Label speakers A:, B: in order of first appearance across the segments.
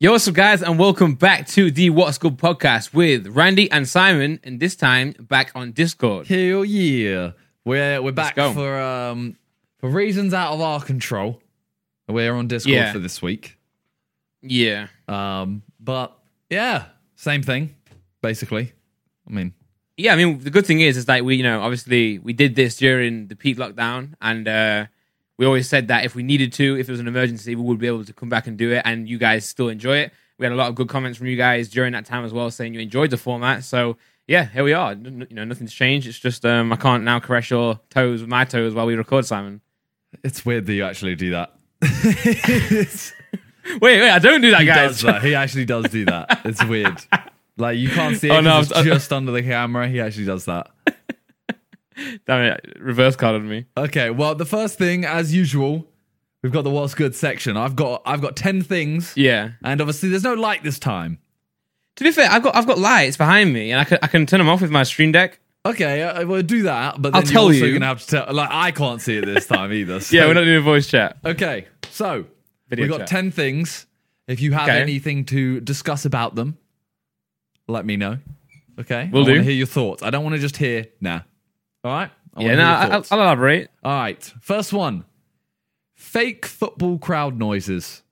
A: Yo, what's up, guys, and welcome back to the What's Good podcast with Randy and Simon, and this time back on Discord.
B: Hell yeah. We're we're back
A: go.
B: for um for reasons out of our control. We're on Discord
A: Yeah.
B: for this week.
A: Yeah,
B: Um but yeah, same thing, basically. I mean
A: yeah. I mean, the good thing is, is like we, you know, obviously we did this during the peak lockdown, and uh, we always said that if we needed to, if it was an emergency, we would be able to come back and do it, and you guys still enjoy it. We had a lot of good comments from you guys during that time as well, saying you enjoyed the format. So yeah, here we are. N- you know, nothing's changed. It's just um, I can't now caress your toes with my toes while we record, Simon.
B: it's weird that you actually do that. It's-
A: Wait, wait, I don't do that,
B: he
A: guys.
B: does that. He actually does do that. It's weird. Like you can't see it
A: Oh,
B: 'cause
A: no,
B: it's
A: I've-
B: just under the camera. He actually does that.
A: Damn it, reverse carded me.
B: Okay, well the first thing, as usual, we've got the what's good section. I've got I've got ten things.
A: Yeah.
B: And obviously there's no light this time.
A: To be fair, I've got I've got lights behind me, and I can I can turn them off with my stream deck.
B: Okay, I I will do that, but then
A: I'll
B: you're
A: tell
B: also
A: you.
B: gonna have to tell. Like, I can't see it this time either. so-
A: Yeah, we're not doing voice chat.
B: Okay, so
A: Video
B: we got
A: chat.
B: ten things. If you have
A: Okay.
B: anything to discuss about them, let me know. Okay,
A: Will
B: I want
A: do.
B: to hear your thoughts. I don't want to just hear nah. All right. I
A: Yeah,
B: wanna
A: no,
B: hear your
A: I, I'll,
B: thoughts.
A: I'll elaborate.
B: All right. First one: fake football crowd noises.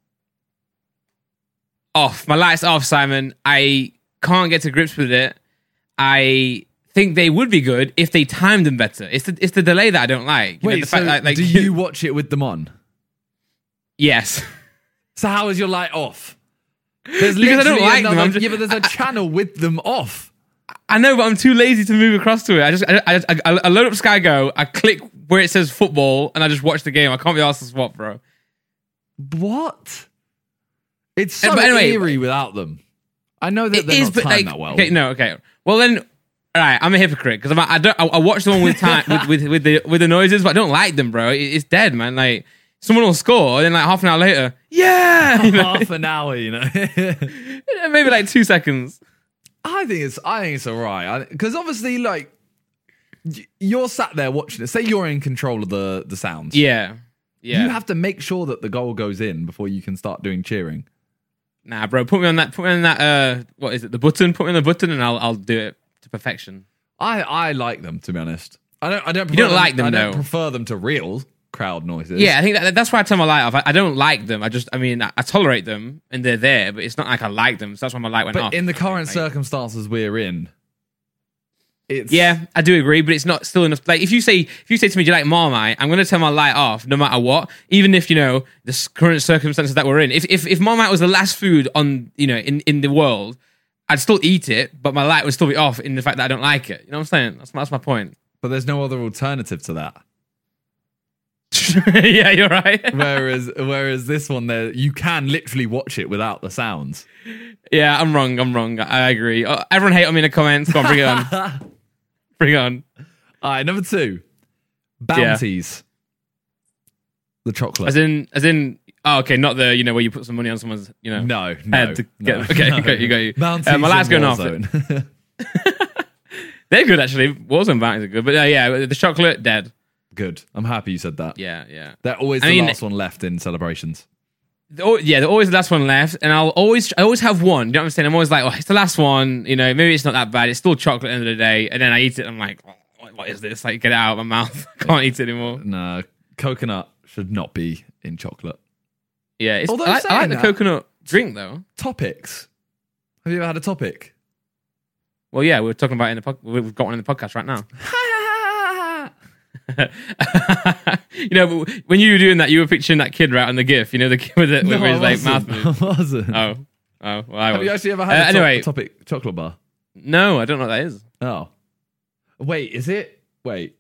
A: Off my lights off, Simon. I can't get to grips with it. I think they would be good if they timed them better. It's the it's the delay that I don't like. You know,
B: Wait,
A: the
B: so
A: fact that, like-
B: do you watch it with them on?
A: yes.
B: So how is your light off? There's
A: Because I don't
B: literally
A: like them,
B: another,
A: I'm just-
B: yeah, but there's a channel with them off.
A: I know, but I'm too lazy to move across to it. I just I, I, I, I load up Sky Go. I click where it says football, and I just watch the game. I can't be asked to swap, bro.
B: What? It's so
A: Eh, but anyway-
B: eerie without them. I know that
A: It
B: they're
A: is,
B: not timed
A: like,
B: that well.
A: Okay, no, okay. Well then, all right. I'm a hypocrite because I, I don't. I, I watch the one with time with, with with the with the noises, but I don't like them, bro. It, it's dead, man. Like someone will score, and then like half an hour later, yeah, you know,
B: Half an hour, you know. I
A: maybe like two seconds.
B: think it's I think it's alright because obviously, like, y- you're sat there watching it. Say you're in control of the the sounds.
A: Yeah, yeah.
B: You have to make sure that the goal goes in before you can start doing cheering.
A: nah, bro. Put me on that. Put me on that. Uh, what is it? The button. Put me on the button, and I'll I'll do it to perfection.
B: I I like them to be honest. I don't I don't. Prefer
A: don't like them,
B: I don't
A: though.
B: prefer them to real crowd noises.
A: Yeah, I think that, that's why I turn my light off. I, I don't like them. I just, I mean, I, I tolerate them and they're there, but it's not like I like them. So that's why my light went
B: but
A: off.
B: in the current circumstances we're in, it's
A: Yeah, I do agree, but it's not still enough. Like if you say if you say to me, "Do you like Marmite?" I'm gonna turn my light off no matter what, even if you know the s- current circumstances that we're in. If if if Marmite was the last food on you know in in the world, I'd still eat it, but my light would still be off in the fact that I don't like it. You know what I'm saying? That's that's my point.
B: But there's no other alternative to that.
A: yeah, you're right.
B: Whereas whereas this one there you can literally watch it without the sounds.
A: yeah, I'm wrong. I'm wrong. I I agree. Uh, everyone hate on me in the comments. Come on, bring it on. bring it on.
B: Alright, number two. Bounties. The chocolate.
A: As in, as in. Oh, okay. Not the you know where you put some money on someone's you know.
B: no, no,
A: Had to
B: no,
A: get- okay,
B: no.
A: okay, you got you.
B: Bounties
A: Uh, my light's
B: in
A: going off.
B: Warzone.
A: They're good actually. Warzone bounties are good, but uh, yeah, the chocolate dead.
B: Good. I'm happy you said that.
A: Yeah, yeah.
B: They're always
A: I
B: the
A: mean-
B: last one left in celebrations.
A: They're al- yeah, they're always the last one left, and I'll always, I always have one. You know what I'm saying? I'm always like, oh, it's the last one. You know, maybe it's not that bad. It's still chocolate at the end of the day, and then I eat it. I'm like, "Oh, what- what is this? Like, get it out of my mouth. I can't eat it anymore.
B: No, coconut should not be in chocolate.
A: Yeah, it's,
B: Although
A: I, like, I like
B: saying
A: the
B: that-
A: coconut drink though.
B: Topics. Have you ever had a topic?
A: Well, yeah, we were talking about it in the pod- we- we've got one in the podcast right now. you know, but when you were doing that, you were picturing that kid right on the GIF. You know, the kid with, the, with
B: I
A: his like mouth.
B: wasn't.
A: move.
B: I
A: Oh,
B: wasn't.
A: oh, well, I
B: Have
A: was.
B: you actually ever had a
A: Uh,
B: to-
A: anyway?
B: topic chocolate bar?
A: no, I don't know what that is.
B: Oh. Wait, is it? Wait.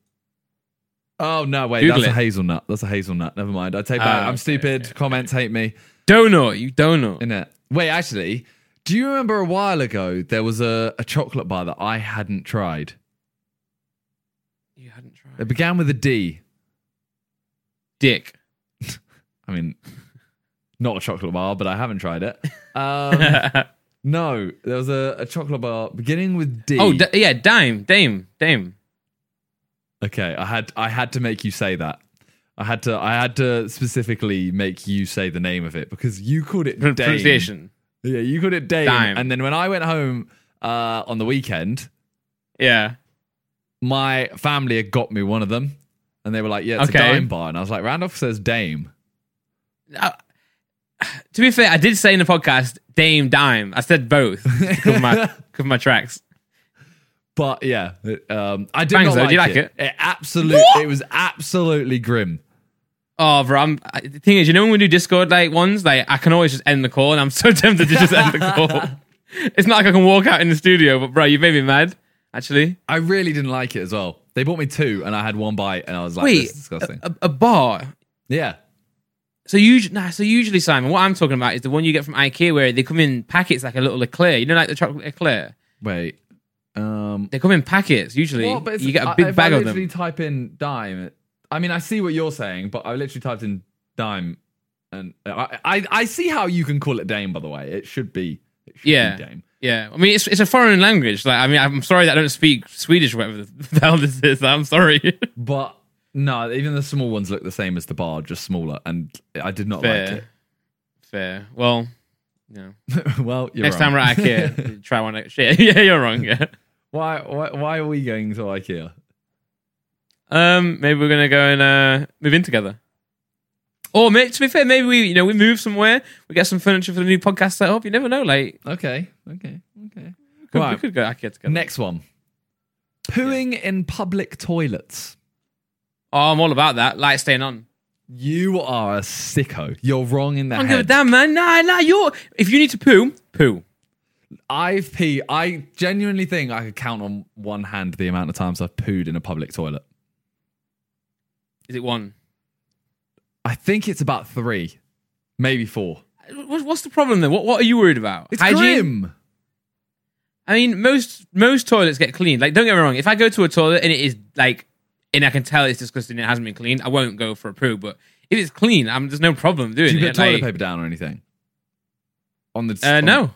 B: Oh no, wait,
A: Google
B: that's a
A: it.
B: hazelnut. That's a hazelnut. Never mind. I take
A: Ah,
B: back. I'm
A: okay,
B: stupid.
A: okay,
B: Comments hate me.
A: Donut, you donut.
B: In it. Wait, actually, do you remember a while ago there was a, a chocolate bar that I hadn't tried?
A: You hadn't tried.
B: It began with a D.
A: dick.
B: I mean, not a chocolate bar, but I haven't tried it. Um, no, there was a, a chocolate bar beginning with D.
A: oh, d- yeah, dime, dame, dame.
B: Okay, I had I had to make you say that. I had to I had to specifically make you say the name of it because you called it
A: Pro-
B: Dame.
A: Pronunciation.
B: Yeah, you called it Dame.
A: Dime.
B: And then when I went home uh, on the weekend,
A: Yeah.
B: my family had got me one of them. And they were like, yeah, it's
A: Okay.
B: a dime bar. And I was like, Randolph says Dame.
A: Uh, to be fair, I did say in the podcast Dame Dime. I said both. to cover my cover my tracks.
B: But yeah, it, um, I did
A: Thanks,
B: not
A: though.
B: like,
A: Do you like
B: it. absolutely, it was absolutely grim.
A: Oh, bro. I'm, I, the thing is, you know when we do Discord like ones, like I can always just end the call, and I'm so tempted to just end the call. it's not like I can walk out in the studio, but bro, you made me mad. Actually,
B: I really didn't like it as well. They bought me two, and I had one bite, and I was like,
A: wait,
B: Oh, this is disgusting.
A: a, a bar.
B: yeah,
A: So usually, nah, so usually, Simon, what I'm talking about is the one you get from IKEA where they come in packets like a little eclair. You know, like the chocolate eclair.
B: wait. Um,
A: They come in packets usually.
B: Well, but it's-
A: you get
B: I-
A: a big
B: if
A: bag
B: I
A: of
B: literally
A: them.
B: type in dime. I mean, I see what you're saying, but I literally typed in dime, and I, I, I see how you can call it dame. By the way, it should be, it should
A: Yeah.
B: be dame.
A: Yeah, I mean it's it's a foreign language. Like, I mean, I'm sorry that I don't speak Swedish, or whatever the hell this is. I'm sorry.
B: But no, even the small ones look the same as the bar, just smaller. And I did not
A: Fair, fair. Well, no.
B: like it. well, you're
A: Next time
B: wrong.
A: we're at IKEA, try one. Like, shit, yeah, you're wrong. Yeah.
B: why, why, why are we going to IKEA?
A: Um, maybe we're gonna go and uh, move in together. Or maybe, to be fair, maybe we you know we move somewhere, we get some furniture for the new podcast set up. You never know. Like,
B: Okay, okay, okay.
A: could, we
B: Right.
A: could go IKEA together.
B: Next one. Pooing in public toilets.
A: oh, I'm all about that. Light staying on.
B: You are a sicko. You're wrong in the
A: I don't
B: head.
A: give a damn, man. Nah, nah. You're if you need to poo, poo.
B: I've pee. I genuinely think I could count on one hand the amount of times I've pooed in a public toilet.
A: Is it one?
B: I think it's about three, maybe four.
A: What- What's the problem then? What What are you worried about?
B: It's
A: Hygiene?
B: grim.
A: I mean, most most toilets get cleaned. Like, don't get me wrong. If I go to a toilet and it is like, and I can tell it's disgusting, it hasn't been cleaned, I won't go for a poo. But if it's clean, I'm there's no problem doing
B: Do you put
A: it.
B: toilet
A: like-
B: paper down or anything? On the
A: Uh,
B: on-
A: no,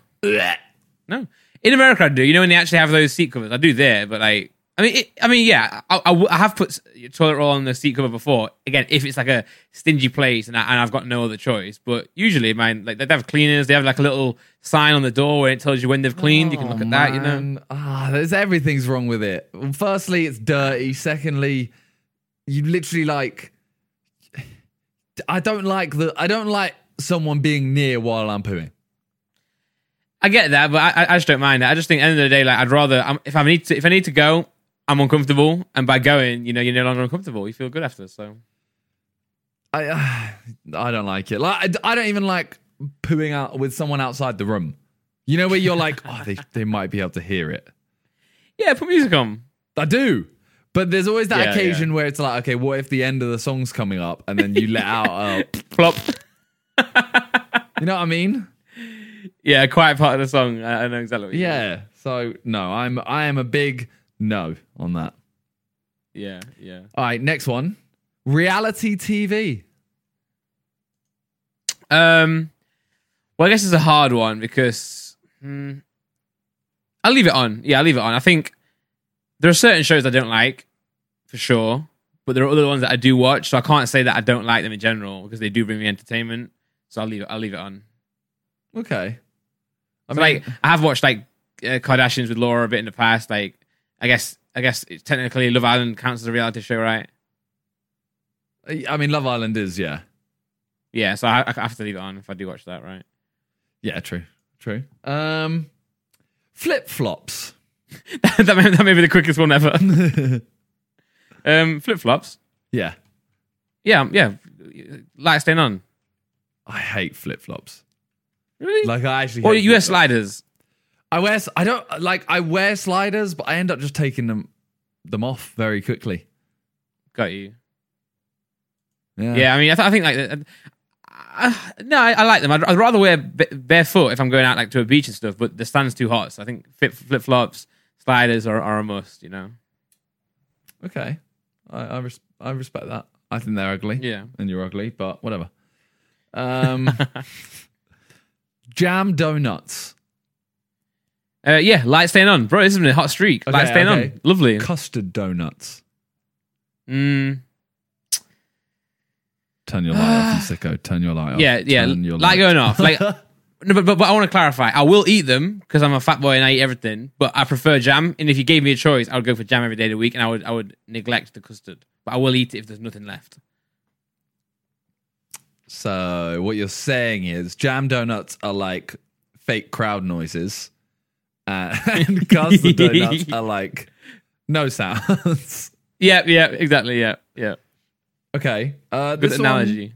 A: no. In America, I do. You know when they actually have those seat covers, I do there. But like, I mean, it, I mean, yeah, I, I w- I have put s- toilet roll on the seat cover before. Again, if it's like a stingy place and, I, and I've got no other choice. But usually, man, like they have cleaners. They have like a little sign on the door where it tells you when they've cleaned. you can
B: Oh,
A: look at that. You know.
B: man. ah, there's everything's wrong with it. Firstly, it's dirty. Secondly, you literally like. I don't like the. I don't like someone being near while I'm pooing.
A: I get that, but I, I- I just don't mind it. I just think at the end of the day, like I'd rather i if I need to if I need to go, I'm uncomfortable, and by going, you know, you're no longer uncomfortable. You feel good after, so
B: I uh, I don't like it. Like I d- I, don't even like pooing out with someone outside the room. You know where you're like, oh, they they might be able to hear it.
A: yeah, put music on.
B: I do, but there's always that
A: Yeah,
B: occasion where it's like, okay, what if the end of the song's coming up and then you let out? Uh,
A: Plop.
B: you know what I mean?
A: Yeah, quiet part of the song. I, I know exactly. What you mean.
B: Yeah. So no, I'm I am a big no on that.
A: yeah, yeah.
B: All right, next one, reality TV.
A: Um, well, I guess it's a hard one because hmm, I'll leave it on. Yeah, I'll leave it on. I think there are certain shows I don't like for sure, but there are other ones that I do watch, so I can't say that I don't like them in general because they do bring me entertainment. So I'll leave it. I'll leave it on.
B: Okay. I
A: So, like I have watched like uh, Kardashians with Laura a bit in the past. Like I guess I guess it's technically Love Island counts as a reality show, right?
B: like, I mean, Love Island is yeah.
A: Yeah, so I, I have to leave it on if I do watch that, right?
B: Yeah, true. True. Um flip flops.
A: that, may, that may be the quickest one ever.
B: yeah.
A: Um, Flip flops. Yeah, um, yeah. Light staying on.
B: I hate flip flops.
A: Really?
B: Like I actually
A: or
B: hate
A: US
B: flip-flops.
A: sliders.
B: I wear s- I don't like I wear sliders, but I end up just taking them them off very quickly.
A: Got you. Yeah, I mean, I, th- I think like. uh, Uh, no, I, I like them. I'd, I'd rather wear b- barefoot if I'm going out like to a beach and stuff, but the stand's too hot. So I think flip flops, sliders are, are a must. You know.
B: Okay. I I, res- I respect that. I think they're ugly.
A: Yeah.
B: And you're ugly, but whatever. Um Jam donuts.
A: Uh, yeah, light staying on, bro. This is a hot streak. light
B: Okay,
A: staying
B: okay.
A: on, lovely.
B: Custard donuts.
A: Mm,
B: Turn your light off, you sicko. Turn your light off.
A: yeah, yeah.
B: Turn your
A: Light going off. Like No, but, but, but I want to clarify. I will eat them because I'm a fat boy and I eat everything. But I prefer jam. And if you gave me a choice, I would go for jam every day of the week, and I would I would neglect the custard. But I will eat it if there's nothing left.
B: So what you're saying is jam donuts are like fake crowd noises, uh, and custard donuts are like no sounds.
A: Yeah, yeah, exactly. Yeah, yeah.
B: okay, uh,
A: Good
B: this One,
A: analogy.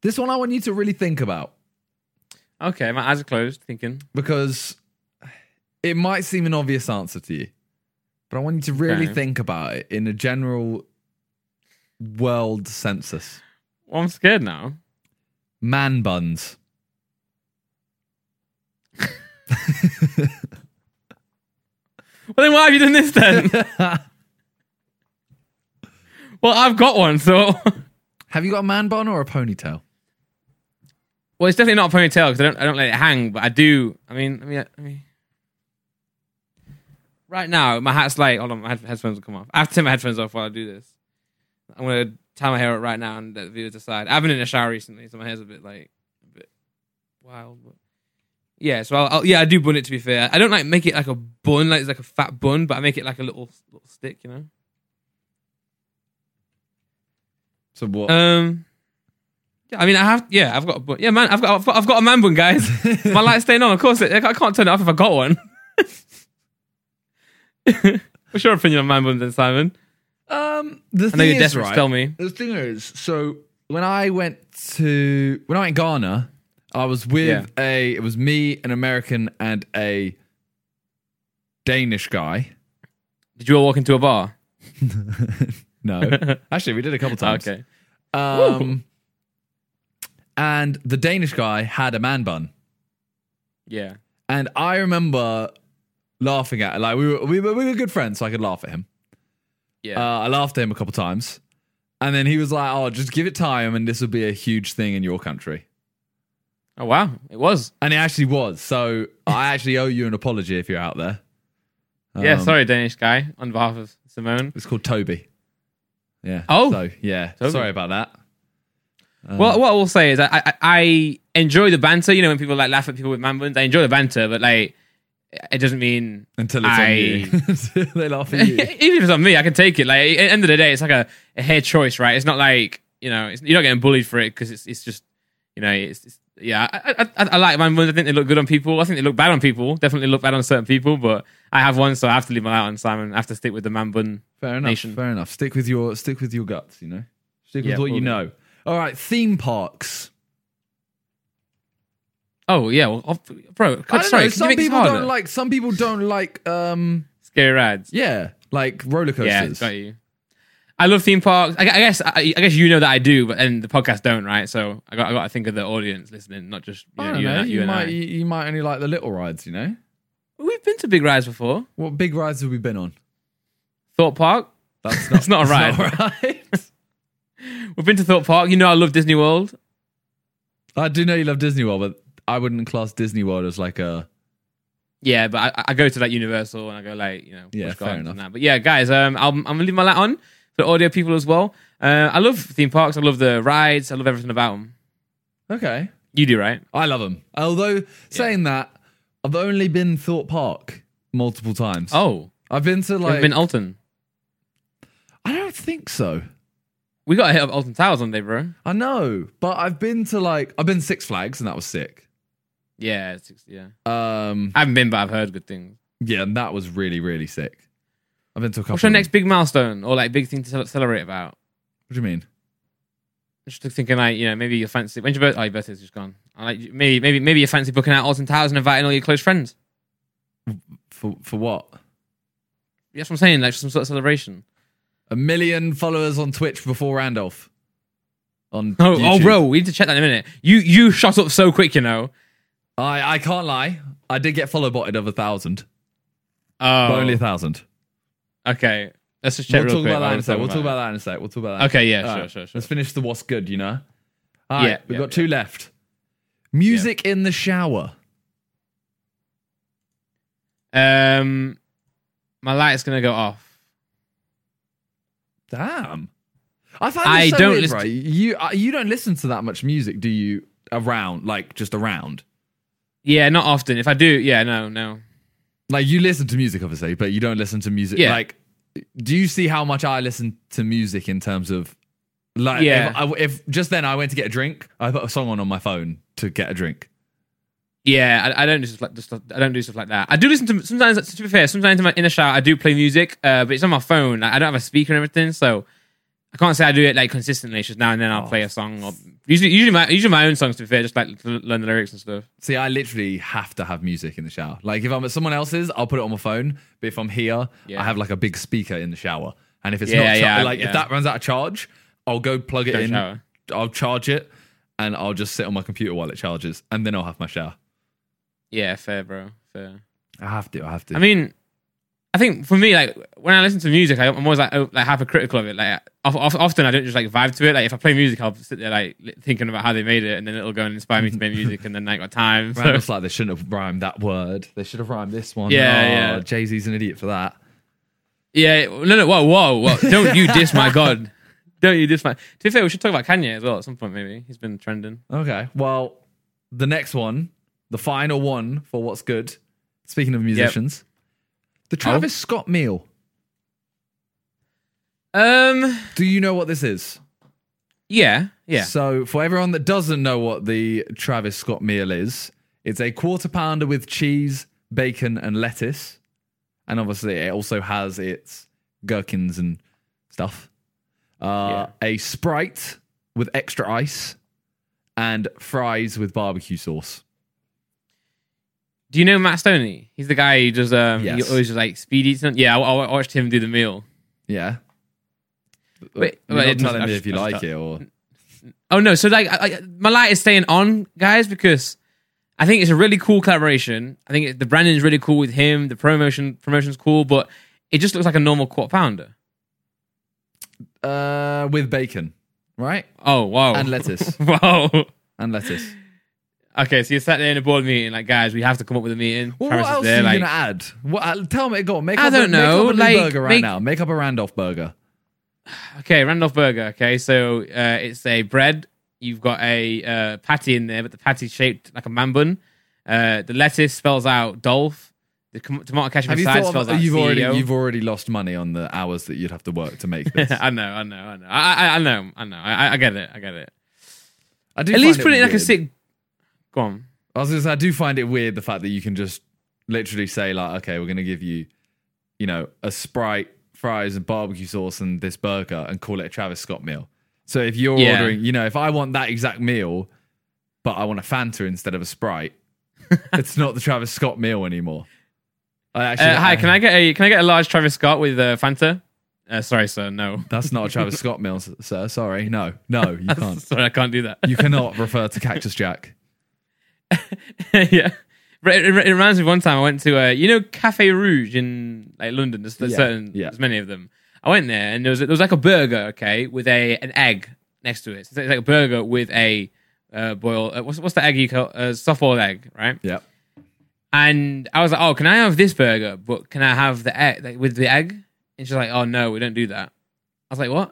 B: this one I want you to really think about
A: Okay, my eyes are closed. Thinking.
B: because it might seem an obvious answer to you, but I want you to really
A: Okay.
B: think about it in a general world census.
A: Well, I'm scared now.
B: Man buns.
A: Well, then why have you done this then?
B: Have
A: well, I've got one, so.
B: you got a man bun or a ponytail?
A: Well, it's definitely not a ponytail because I don't, I don't let it hang, but I do. I mean, I mean, I mean right now my hat's like. Hold on, my head- headphones will come off. I have to take my headphones off while I do this. I'm gonna tie my hair up right now and let the viewers decide. I've been in a shower recently, so my hair's a bit like a bit wild. But yeah, so I'll, I'll, yeah, I do bun it. To be fair, I don't like make it like a bun, like it's like a fat bun, but I make it like a little little stick, you know.
B: So what?
A: Um, yeah, I mean, I have. Yeah, I've got. A, bu- yeah, man, I've got. I've got a man bun, guys. My light's staying on. Of course, I I can't turn it off if I got one. What's your opinion on man buns, then, Simon?
B: um,
A: I
B: the
A: know
B: thing
A: you're
B: is,
A: desperate.
B: right,
A: to Tell me.
B: The thing is, so when I went to when I went to Ghana, I was with
A: Yeah.
B: a it was me, an American, and a Danish guy.
A: Did you all walk into a bar?
B: No, actually, we did a couple times.
A: okay.
B: Um, and the Danish guy had a man bun,
A: Yeah.
B: and I remember laughing at it. like we were we were, we were good friends, so I could laugh at him.
A: Yeah.
B: Uh, I laughed at him a couple times, and then he was like, "Oh, just give it time, and this will be a huge thing in your country."
A: oh wow, it was.
B: And it actually was. So I actually owe you an apology if you're out there.
A: yeah.
B: Um,
A: Sorry, Danish guy, on behalf of Simone.
B: It's called Toby. Yeah.
A: Oh.
B: So, yeah.
A: Toby.
B: Sorry about that. uh,
A: well, what I will say is I, I I enjoy the banter. You know, when people like laugh at people with man buns, I enjoy the banter, but like, it doesn't mean
B: Until it's
A: I-
B: on you. Until they laugh at you.
A: even if it's on me, I can take it. Like at the end of the day, it's like a, a hair choice, right? It's not like you know, it's, you're not getting bullied for it because it's it's just you know, it's, it's yeah. I, I, I I like mine. I think they look good on people. I think they look bad on people. Definitely look bad on certain people, but I have one, so I have to leave my light on Simon. I have to stick with the man bun.
B: Fair enough.
A: Nation.
B: Fair enough. Stick with your stick with your guts, you know? Stick with
A: Yeah, will
B: what you
A: do.
B: know. All right, theme parks.
A: Oh yeah, well, I'll- bro. God,
B: I don't
A: sorry, can
B: know.
A: you
B: Some
A: make this
B: people don't
A: harder?
B: like some people don't like um
A: scary rides.
B: yeah, like roller
A: Yeah,
B: coasters.
A: got you. I love theme parks. I, gu- I guess I, I guess you know that I do, but and the podcast don't, right? So I got I got to think of the audience listening, not just you,
B: I
A: know,
B: don't
A: you,
B: know.
A: and, I- you
B: You
A: and
B: might
A: I.
B: you, you might only like the little rides, you know?
A: We've been to big rides before.
B: What big rides have we been on?
A: Thought Park.
B: That's
A: It's not a ride.
B: right.
A: We've been to Thought Park. You know I love Disney World.
B: I do know you love Disney World, but I wouldn't class Disney World as like a.
A: Yeah, but I, I go to like Universal and I go like you know
B: Yeah,
A: Busch
B: fair
A: Gardens
B: enough.
A: and that. But yeah, guys, um, I'll, I'm gonna leave my light on for the audio people as well. Uh, I love theme parks. I love the rides. I love everything about them.
B: Okay.
A: You do right?
B: I love them. Although saying that, I've only been Thorpe Park multiple times.
A: Oh,
B: I've been to
A: we've
B: like.
A: been Alton.
B: I don't think so.
A: We got to hit up Alton Towers one day, bro.
B: I know, but I've been to like I've been Six Flags and that was sick.
A: Yeah, it's, it's- yeah.
B: Um,
A: I haven't been, but I've heard good things.
B: yeah, and that was really really sick. I've been to a couple.
A: What's your
B: of them.
A: next big milestone or like big thing to cel- celebrate about?
B: What do you mean?
A: Just thinking, like you know, maybe you fancy. When's your birthday? Oh, your birthday's just gone. I Like maybe, maybe, maybe you fancy booking out Alton Towers and inviting all your close friends.
B: For for what?
A: That's what I'm saying. Like some sort of celebration.
B: A million followers on Twitch before Randolph. On
A: Oh, oh,
B: YouTube.
A: bro, we need to check that in a minute. You you shot up so quick, you know.
B: I I can't lie. I did get follow botted of a thousand.
A: Oh,
B: But only a thousand.
A: okay. Let's just check.
B: we'll
A: real
B: talk
A: quick
B: about
A: while
B: that in
A: we're
B: a sec. We'll talk
A: talking
B: about that in a sec. We'll talk about
A: it.
B: that.
A: Okay, yeah,
B: Alright,
A: sure, sure, sure.
B: Let's finish the what's good, you know? All right,
A: Yeah,
B: we've
A: yeah,
B: got two left. Music in the shower.
A: Um, my light's gonna go off.
B: Damn. I find
A: I
B: this so
A: don't
B: weird,
A: listen-
B: right? You uh, you don't listen to that much music, do you? Around, like just around.
A: Yeah, not often. If I do, yeah, no, no.
B: Like you listen to music, obviously, but you don't listen to music.
A: Yeah.
B: Like, do you see how much I listen to music in terms of, like,
A: Yeah.
B: if, I, if just then I went to get a drink, I put a song on on my phone to get a drink.
A: Yeah, I, I don't do stuff like just stuff, I don't do stuff like that. I do listen to sometimes. To be fair, sometimes in, my, in the shower I do play music, uh, but it's on my phone. Like, I don't have a speaker and everything, so I can't say I do it like consistently. It's just now and then I'll
B: Oh.
A: play a song. Or, usually, usually my usually my own songs. To be fair, just like to learn the lyrics and stuff.
B: See, I literally have to have music in the shower. Like, if I'm at someone else's, I'll put it on my phone. But if I'm here,
A: Yeah.
B: I have like a big speaker in the shower. And if it's
A: Yeah,
B: not, char-
A: yeah,
B: like,
A: yeah.
B: if that runs out of charge, I'll go plug it
A: Go
B: in.
A: shower.
B: I'll charge it, and I'll just sit on my computer while it charges, and then I'll have my shower.
A: Yeah, fair, bro, fair.
B: I have to. I have to.
A: I mean, I think for me, like when I listen to music, I, I'm always like oh, like hypercritical of it. Like of, of, often I don't just like vibe to it. Like if I play music, I'll sit there like li- thinking about how they made it, and then it'll go and inspire me to make music, and then I ain't got time. So.
B: Randall's like they shouldn't have rhymed that word. They should have rhymed this one.
A: Yeah, yeah.
B: Jay Z's an idiot for that.
A: Yeah, no, no, whoa, whoa, whoa! Don't you diss my god? Don't you diss my? To be fair, we should talk about Kanye as well at some point. Maybe he's been trending.
B: Okay. Well, the next one, the final one for what's good. Speaking of musicians, the
A: Oh.
B: Travis Scott meal.
A: Um,
B: Do you know what this is?
A: yeah, yeah,
B: So, for everyone that doesn't know what the Travis Scott meal is, it's a quarter pounder with cheese, bacon, and lettuce. And obviously, it also has its gherkins and stuff. Uh, A Sprite with extra ice and fries with barbecue sauce.
A: Do you know Matt Stoney? He's the guy who does. Um, he
B: Yes.
A: always just like speed eats. something. Yeah, I, I watched him do the meal.
B: Yeah.
A: Wait,
B: You're
A: wait, it
B: not
A: doesn't-
B: telling
A: I've
B: me
A: just-
B: if you
A: I've
B: like
A: just-
B: it or.
A: Oh no! So like, I, I, my light is staying on, guys, because I think it's a really cool collaboration. I think it, the branding is really cool with him. The promotion promotion's cool, but it just looks like a normal quarter pounder.
B: Uh, with bacon, right?
A: Oh wow!
B: And lettuce.
A: wow.
B: and lettuce.
A: Okay, so you sat there in a board meeting, like, guys, we have to come up with a meeting.
B: Well,
A: Travis
B: what
A: is
B: else
A: there,
B: are you
A: like,
B: gonna add? What, uh, tell me, go on. Make
A: I
B: up a,
A: don't know,
B: Make up a new
A: like,
B: burger right
A: make-
B: now. Make up a Randolph burger.
A: okay, Randolph Burger. Okay, so uh, it's a bread. You've got a uh, patty in there, but the patty's shaped like a man bun. Uh, the lettuce spells out Dolph. The com- tomato ketchup
B: Have you
A: inside
B: thought
A: spells
B: of,
A: out E
B: you've
A: CEO.
B: already you've already lost money on the hours that you'd have to work to make this?
A: I know, I know, I know. I, I, I know, I know. I, I get it, I get it.
B: I do
A: At least
B: find
A: put it in like a
B: weird.
A: sick. Go on.
B: I was gonna say, I do find it weird the fact that you can just literally say like, okay, we're gonna give you, you know, a sprite, fries, and barbecue sauce, and this burger, and call it a Travis Scott meal. So if you're
A: Yeah.
B: ordering, you know, if I want that exact meal, but I want a Fanta instead of a Sprite, it's not the Travis Scott meal anymore. I actually,
A: Uh, hi, can I get a can I get a large Travis Scott with uh, Fanta? Uh, sorry, sir, no.
B: That's not a Travis Scott meal, s- sir. Sorry, no, no, you can't.
A: sorry, I can't do that.
B: You cannot refer to Cactus Jack.
A: yeah. But It, it reminds me of one time I went to uh, you know Cafe Rouge in like London. There's, there's
B: Yeah,
A: certain
B: yeah.
A: there's many of them. I went there and there was there was like a burger, okay, with a an egg next to it. So it's like a burger with a uh, boil. Uh, what's what's the egg you call uh, softball egg, right?
B: Yep.
A: And I was like, oh, can I have this burger? But can I have the egg like, with the egg? And she's like, oh no, we don't do that. I was like, what?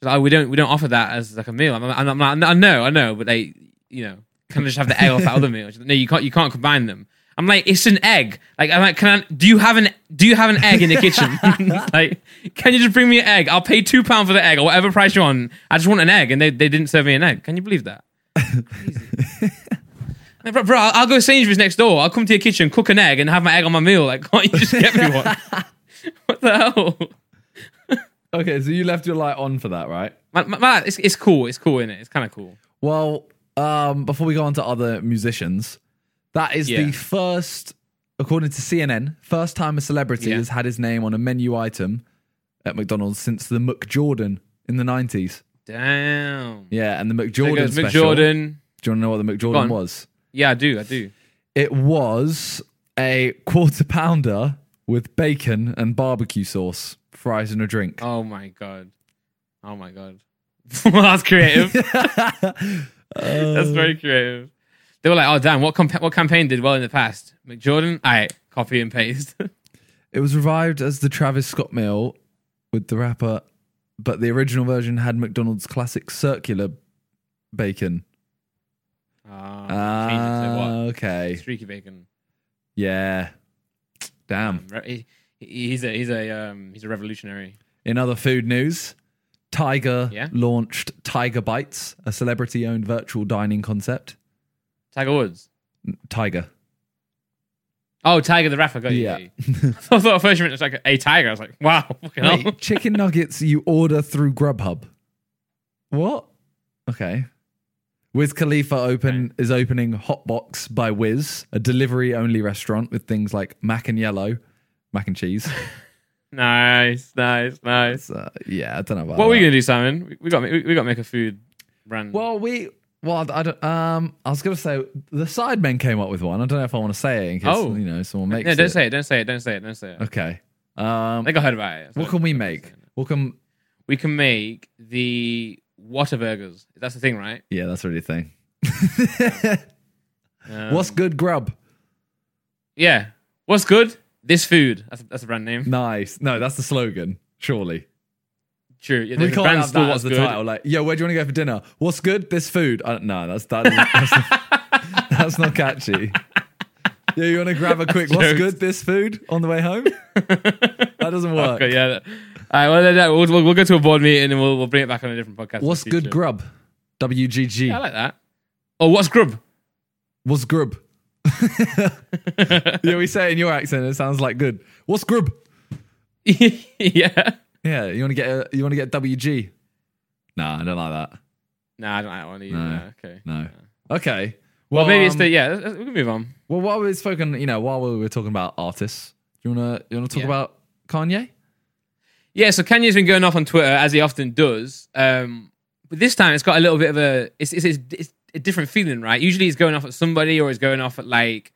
A: She's like, oh, we don't we don't offer that as like a meal. I'm, I'm, I'm like, I know, I know, but they, you know, can I just have the egg off that other meal? She's like, no, you can't you can't combine them. I'm like, it's an egg. Like, I'm like, can I? Do you have an Do you have an egg in the kitchen? like, can you just bring me an egg? I'll pay two pound for the egg or whatever price you want. I just want an egg, and they, they didn't serve me an egg. Can you believe that? Like, Bro, bro, I'll I'll go to Sainsbury's next door. I'll come to your kitchen, cook an egg, and have my egg on my meal. Like, can't you just get me one? what the hell?
B: Okay, so you left your light on for that, right?
A: My, my, my- it's, it's cool. It's cool, is it? It's kind of cool.
B: Well, um, before we go on to other musicians, that is
A: Yeah.
B: the first, according to CNN, first time a celebrity
A: Yeah.
B: has had his name on a menu item at McDonald's since the McJordan in the 90s.
A: Damn.
B: Yeah, and the
A: There
B: McJordan
A: goes
B: special.
A: Mick Jordan.
B: Do you want to know what the
A: Go
B: McJordan
A: on.
B: was?
A: Yeah, I do. I do.
B: It was a quarter pounder with bacon and barbecue sauce, fries and a drink.
A: Oh my god. Oh my god. That's creative. That's very creative. They were like, "Oh damn, what compa- what campaign did well in the past?" McJordan. All right, copy and paste.
B: It was revived as the Travis Scott meal with the rapper, but the original version had McDonald's classic circular bacon.
A: Ah, change it to
B: Ah,
A: what?
B: okay.
A: Streaky bacon.
B: Yeah. Damn.
A: Re- he- He's a he's a um, he's a revolutionary.
B: In other food news, Tiger
A: Yeah?
B: launched Tiger Bites, a celebrity-owned virtual dining concept.
A: Tiger Woods.
B: Tiger.
A: Oh, Tiger the rapper. Got you,
B: Yeah.
A: got you. I thought at first you meant it was like a tiger. I was like, wow. fucking hell.
B: Wait, chicken nuggets you order through Grubhub. What? Okay. Wiz Khalifa open is opening Hotbox by Wiz, a delivery-only restaurant with things like mac and yellow, mac and cheese.
A: Nice, nice, nice.
B: So, yeah, I don't know about
A: What are
B: that.
A: we gonna do, Simon? We- We got we, we got to make a food brand.
B: Well, we well, I don't, um, I was gonna say the Sidemen came up with one. I don't know if I want to say it in case
A: Oh.
B: you know someone makes
A: no, don't
B: it.
A: say it. Don't say it. Don't say it. Don't say it.
B: Okay. Um,
A: I think I heard about it.
B: what can we make? What can?
A: We can make the Whataburgers. That's the thing, right?
B: Yeah, that's already a thing.
A: Um,
B: What's good grub?
A: yeah? What's good? This food. That's that's a brand name.
B: Nice. No, that's the slogan. Surely
A: True. Yeah,
B: we
A: there's a
B: can't
A: brand
B: have
A: still
B: that
A: what's
B: as the
A: good.
B: title. Like, yo, where do you want to go for dinner? What's good? This food. Uh, no, that's that, that's, not, that's not catchy. Yeah, you want to grab a quick. What's
A: jokes.
B: good? This food on the way home. that doesn't work.
A: Okay, yeah. All right, well, then, yeah, we'll, we'll, we'll go to a board meeting and we'll, we'll bring it back on a different podcast. in
B: What's
A: the
B: good
A: future.
B: grub? WGG.
A: Yeah, I like that. Oh, what's grub?
B: What's grub? yeah, we say it in your accent. It sounds like good. What's grub?
A: yeah.
B: Yeah, you want to get a, you want to get WG? Nah, I don't like that.
A: Nah, I don't like that one either.
B: No.
A: No, Okay.
B: No. Okay.
A: Well, maybe it's
B: um,
A: the yeah. let's- let's- We can move on.
B: well. While we were spoken, you know, while we were talking about artists, do you wanna you wanna talk
A: Yeah.
B: about Kanye?
A: Yeah. So Kanye's been going off on Twitter as he often does, um, but this time it's got a little bit of a it's it's, it's it's a different feeling, right? Usually he's going off at somebody or he's going off at like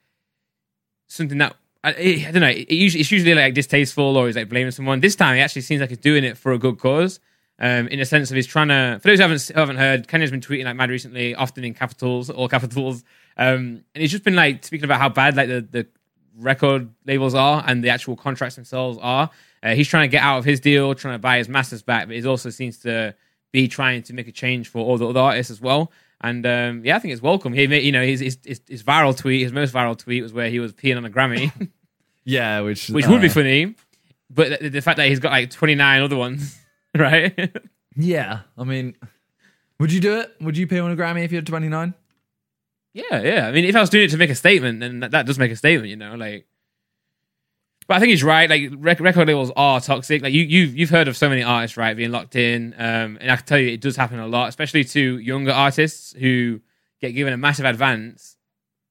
A: something that I, I don't know. It, it usually, it's usually like distasteful or he's like blaming someone. This time he actually seems like he's doing it for a good cause. Um, in the sense of he's trying to. For those who haven't who haven't heard, Kanye's been tweeting like mad recently, often in capitals or capitals, um, and he's just been like speaking about how bad like the the record labels are and the actual contracts themselves are. Uh, he's trying to get out of his deal, trying to buy his masters back, but he also seems to be trying to make a change for all the other artists as well. And um, yeah, I think it's welcome. He, made- you know, his, his his his viral tweet, his most viral tweet was where he was peeing on a Grammy,
B: Yeah, which
A: which
B: uh,
A: would be funny. But the, the fact that he's got like 29 other ones, right?
B: Yeah, I mean, would you do it? Would you pay on a Grammy if you're 29?
A: Yeah, yeah. I mean, if I was doing it to make a statement, then that, that does make a statement, you know, like. But I think he's right. Like rec- record labels are toxic. Like you, you've you've heard of so many artists, right, being locked in. Um, and I can tell you, it does happen a lot, especially to younger artists who get given a massive advance,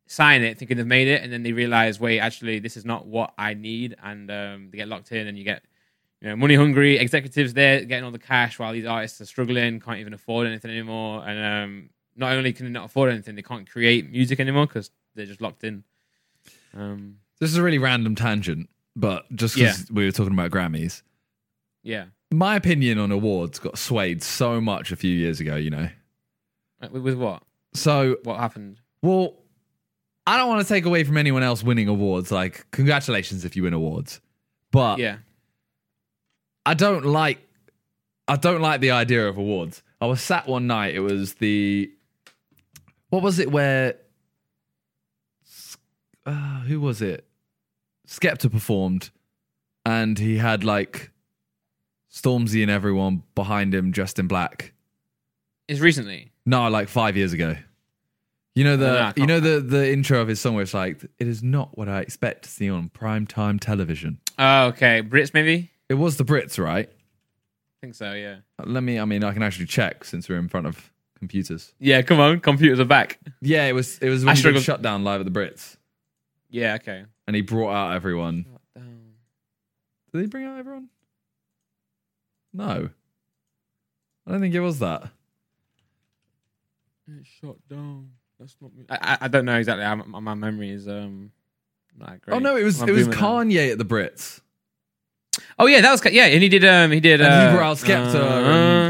A: sign it, thinking they've made it, and then they realize, wait, actually, this is not what I need, and um, they get locked in, and you get you know, money hungry executives there getting all the cash while these artists are struggling, can't even afford anything anymore. And um, not only can they not afford anything, they can't create music anymore because they're just locked in. Um,
B: This is a really random tangent, but just because we were talking about Grammys,
A: yeah.
B: my opinion on awards got swayed so much a few years ago. You know,
A: Like, With, with what?
B: so
A: What happened?
B: Well, I don't want to take away from anyone else winning awards. Like, congratulations if you win awards. But
A: Yeah.
B: I don't like I don't like the idea of awards. I was sat one night, it was the what was it where uh, who was it? Skepta performed and he had like Stormzy and everyone behind him dressed in black.
A: It's recently.
B: No, like five years ago. You know the
A: No, I can't
B: you know the the intro of his song where it's like it is not what I expect to see on primetime television.
A: Oh, okay. Brits, maybe?
B: It was the Brits, right?
A: I think so, yeah.
B: Let me I mean I can actually check since we're in front of computers.
A: Yeah, come on. Computers are back.
B: Yeah, it was it was
A: I
B: when he did
A: struggled-
B: shutdown live at the Brits
A: Yeah, okay.
B: and he brought out everyone.
A: Lockdown.
B: Did he bring out everyone? No. I don't think it was that.
A: It's shut down. That's not me. I, I- I don't know exactly. I, my, my memory is um not that great.
B: Oh no, it was
A: I'm
B: it was
A: booming now.
B: Kanye at the Brits.
A: Oh yeah, that was Ka- yeah, and he did um he did
B: And
A: uh,
B: he brought out Skepta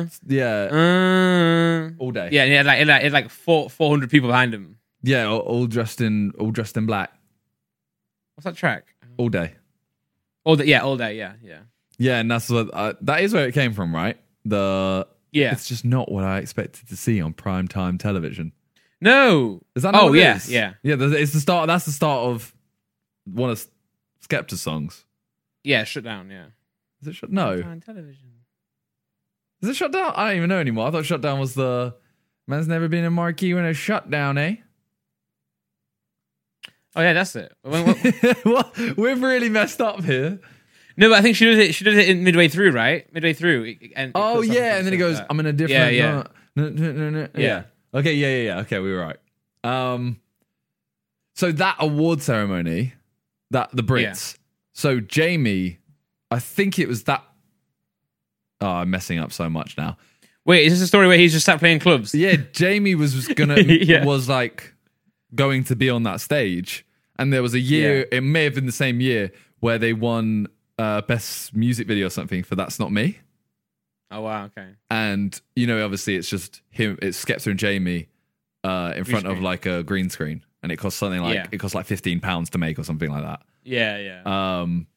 B: and, yeah,
A: uh, uh,
B: all day.
A: Yeah, and he had like, he had like, he had like four, 400 people behind him.
B: Yeah, all, all dressed in all dressed in black
A: What's that track?
B: all day.
A: All day, yeah, all day, yeah, yeah.
B: Yeah, and that's what I, that is where it came from, right? The
A: Yeah.
B: it's just not what I expected to see on primetime television.
A: No.
B: Is that? Not
A: Oh,
B: what it
A: yeah,
B: is?
A: yeah.
B: yeah. th- It's the start. That's the start of one of S- Skepta's songs.
A: Yeah, shut down. Yeah.
B: Is it shut? No,
A: On television.
B: is it shut down? I don't even know anymore. I thought shut down was the man's never been in marquee when it's shut down, eh?
A: Oh yeah, that's it. When- when-
B: What? We've really messed up here.
A: no, but I think she does it. She does it in midway through, right? Midway through. it- it- And it
B: Oh
A: puts up
B: yeah, and then he goes,
A: like that.
B: "I'm in a different."
A: yeah.
B: No, no, no, no, yeah.
A: Yeah.
B: Okay. Yeah. Yeah. Yeah. Okay. We were right. Um. So that award ceremony, that the Brits. So Jamie, I think it was that. Oh, I'm messing up so much now.
A: Wait, is this a story where he's just sat playing clubs?
B: Yeah, Jamie was, was gonna
A: Yeah.
B: was like going to be on that stage, and there was a year. It may have been the same year where they won uh, best music video or something for "That's Not Me."
A: Oh wow. Okay.
B: and you know obviously it's just him it's Skepta and Jamie uh in front of
A: screen.
B: like a green screen and it costs something like
A: Yeah.
B: it costs like 15 pounds to make or something like that
A: Yeah. Yeah.
B: um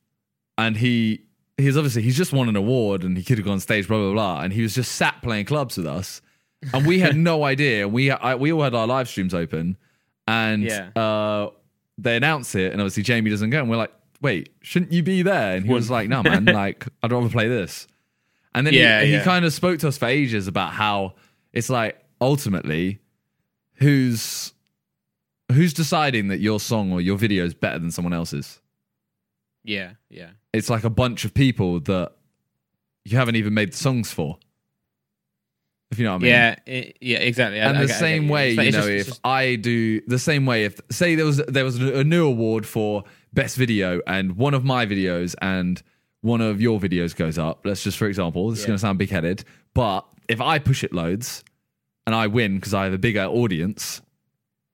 B: and he he's obviously he's just won an award and he could have gone on stage blah blah blah and he was just sat playing clubs with us and we had no idea we I, we all had our live streams open and
A: Yeah.
B: uh they announce it and obviously Jamie doesn't go and we're like wait shouldn't you be there and he was like no man like I'd rather play this and then
A: Yeah,
B: he, he
A: yeah.
B: kind of spoke to us for ages about how it's like ultimately who's who's deciding that your song or your video is better than someone else's.
A: yeah. Yeah.
B: It's like a bunch of people that you haven't even made the songs for. If you know what I mean.
A: yeah. i- yeah. Exactly. I-
B: And
A: I
B: the
A: get- I get
B: same
A: you.
B: way,
A: It's like-
B: you
A: it's
B: know,
A: just-
B: if
A: it's just-
B: I do the same way, if say there was there was a new award for best video, and one of my videos and one of your videos goes up. Let's just, for example, this is
A: Yeah.
B: going to sound big headed, but if I push it loads and I win because I have a bigger audience,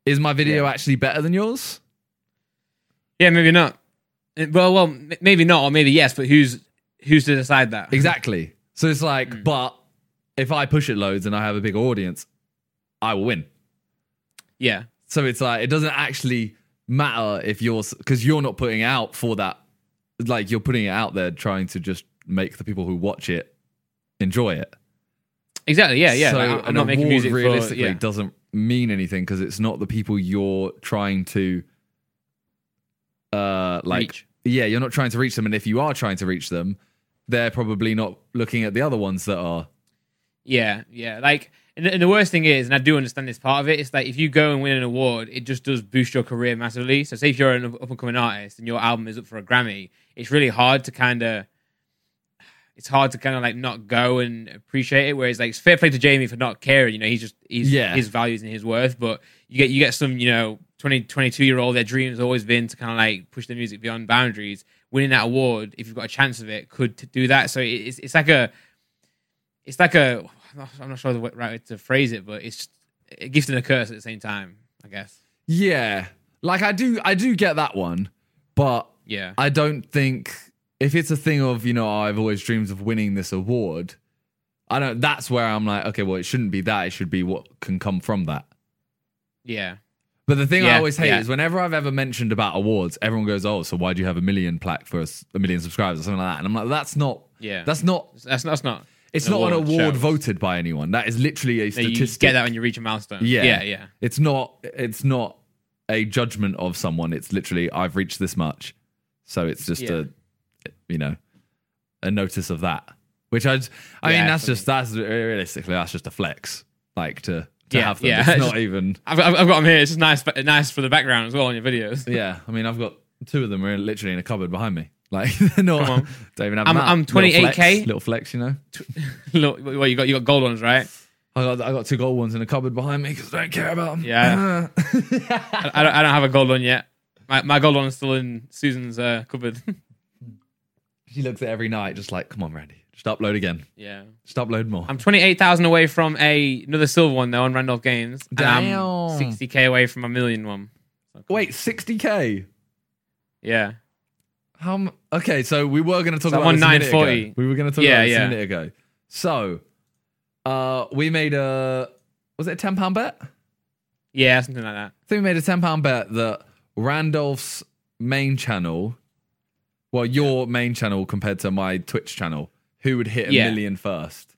B: is my video
A: Yeah.
B: actually better than yours?
A: yeah, maybe not. Uh, Well, well, m- maybe not, or maybe yes. But who's who's to decide that?
B: Exactly. So it's like,
A: Hmm.
B: but if I push it loads and I have a big audience, I will win.
A: Yeah.
B: So it's like it doesn't actually matter if you're because you're not putting out for that. Like you're putting it out there, trying to just make the people who watch it enjoy it.
A: Exactly. Yeah. Yeah.
B: So
A: like, I'm
B: an
A: not making
B: award
A: music for-
B: realistically
A: yeah.
B: doesn't mean anything because it's not the people you're trying to. Uh, like
A: Reach.
B: yeah, you're not trying to reach them, and if you are trying to reach them, they're probably not looking at the other ones that are.
A: Yeah, yeah. Like, and, and the worst thing is, and I do understand this part of it, it's like if you go and win an award, it just does boost your career massively. So, say if you're an up and coming artist and your album is up for a Grammy, it's really hard to kind of, it's hard to kind of like not go and appreciate it. Whereas, like, it's fair play to Jamie for not caring. You know, he's just he's
B: Yeah.
A: his values and his worth. But you get you get some, you know, 20, 22 year old. Their dream has always been to kind of like push the music beyond boundaries. Winning that award, if you've got a chance of it, could t- do that. So it, it's it's like a it's like a I'm not- I'm not sure the wa- right way to phrase it, but it's a gift and a curse at the same time, I guess.
B: Yeah, like I do, I do get that one, but
A: Yeah,
B: I don't think if it's a thing of you know oh, I've always dreamed of winning this award. I don't. That's where I'm like, okay, well, it shouldn't be that. It should be what can come from that.
A: yeah,
B: But the thing I
A: Yeah,
B: always hate
A: yeah.
B: is whenever I've ever mentioned about awards, everyone goes, "Oh, so why do you have a million plaque for a, s- a million subscribers or something like that?" And I'm like, "That's not.
A: yeah.
B: That's not.
A: that's that's not.
B: It's
A: an
B: not an award
A: show.
B: voted by anyone. That is literally a
A: No, you
B: statistic.
A: get that when you reach a milestone.
B: Yeah.
A: yeah, yeah,
B: It's not. It's not a judgment of someone. It's literally I've reached this much, so it's just
A: Yeah.
B: a, you know, a notice of that. Which I, j- I
A: Yeah,
B: mean, that's just that's realistically that's just a flex, like to to
A: Yeah,
B: have them.
A: yeah.
B: It's not even.
A: I've, I've I've got them here. It's just nice, but nice for the background as well on your videos.
B: Yeah, I mean, I've got two of them are literally in a cupboard behind me. Like, they're not.
A: Come on.
B: Don't even have
A: I'm-
B: them out.
A: I'm
B: Little
A: 28K.
B: flex, Little flex, you know.
A: Look, well, you got you got gold ones, right?
B: I got I got two gold ones in a cupboard behind me because I don't care about them.
A: Yeah. I, I don't I don't have a gold one yet. My my gold one is still in Susan's uh, cupboard.
B: she looks at it every night, just like, come on, Randy, just upload again,
A: yeah,
B: just upload more.
A: I'm 28,000 away from a another silver one though on Randolph Games. And I'm
B: Damn.
A: 60k away from a million one.
B: Wait, 60k.
A: Yeah.
B: How? m- Okay, so we were going to talk
A: So
B: about
A: I'm on
B: this a minute
A: 940.
B: ago. We were going to talk
A: Yeah,
B: about this a
A: yeah.
B: minute ago. So, uh, we made a was it a ten pound bet? I
A: Yeah, something like that.
B: think we made a ten pound bet that Randolph's main channel, well, your main channel compared to my Twitch channel, who would hit a
A: Yeah.
B: million first?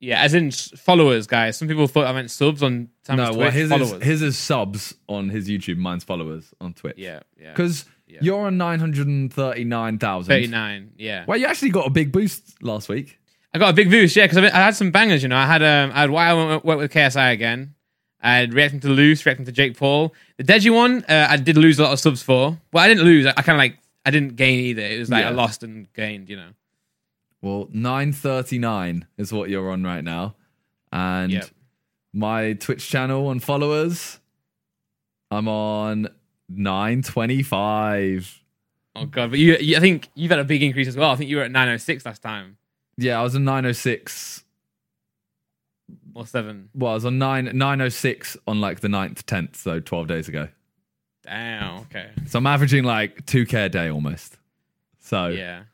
A: Yeah, as in s- followers, guys. Some people thought I meant subs on Sam's
B: No,
A: Twitch.
B: well, his
A: followers.
B: is, his is subs on his YouTube, mine's followers on Twitch.
A: yeah, yeah.
B: Because you're on 939,000.
A: 39. Yeah.
B: Well, you actually got a big boost last week.
A: I got a big boost, yeah, because I had some bangers, you know. I had um, I had why I went, went with KSI again. I had reacting to Luce, reacting to Jake Paul. The Deji one, uh, I did lose a lot of subs for. Well, I didn't lose. I, I kind of like I didn't gain either. It was like
B: Yeah.
A: I lost and gained, you know.
B: Well, 939 is what you're on right now. And
A: Yep.
B: my Twitch channel and followers, I'm on 925.
A: Oh god, but you, you, I think you've had a big increase as well. I think you were at 906 last time
B: Yeah, I was on 906.
A: or seven.
B: Well, I was on 9 906 on like the 9th, 10th, so 12 days ago.
A: Damn. Okay.
B: So I'm averaging like 2k a day almost. So
A: Yeah.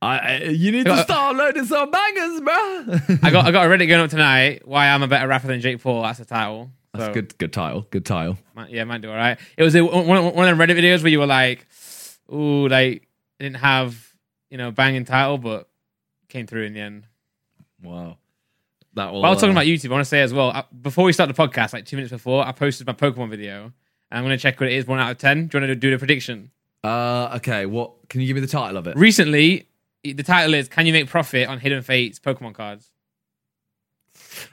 B: I, I you need to
A: Uh,
B: start loading some bangers, bruh.
A: I got I got a Reddit going up tonight. Why I'm a better rapper than Jake Paul. That's the title.
B: That's
A: So-
B: good. Good title. Good title.
A: Might, yeah, might do all right. It was a, one, one one of them Reddit videos where you were like, "Ooh, like I didn't have you know banging title, but came through in the end."
B: Wow. That will.
A: While I was talking
B: uh,
A: about YouTube, I want to say as well uh before we start the podcast, like two minutes before, I posted my Pokemon video, and I'm gonna check what it is. One out of ten. Do you want to do the prediction?
B: Uh, okay. What? Can you give me the title of it?
A: Recently, the title is "Can you make profit on Hidden Fates Pokemon cards?"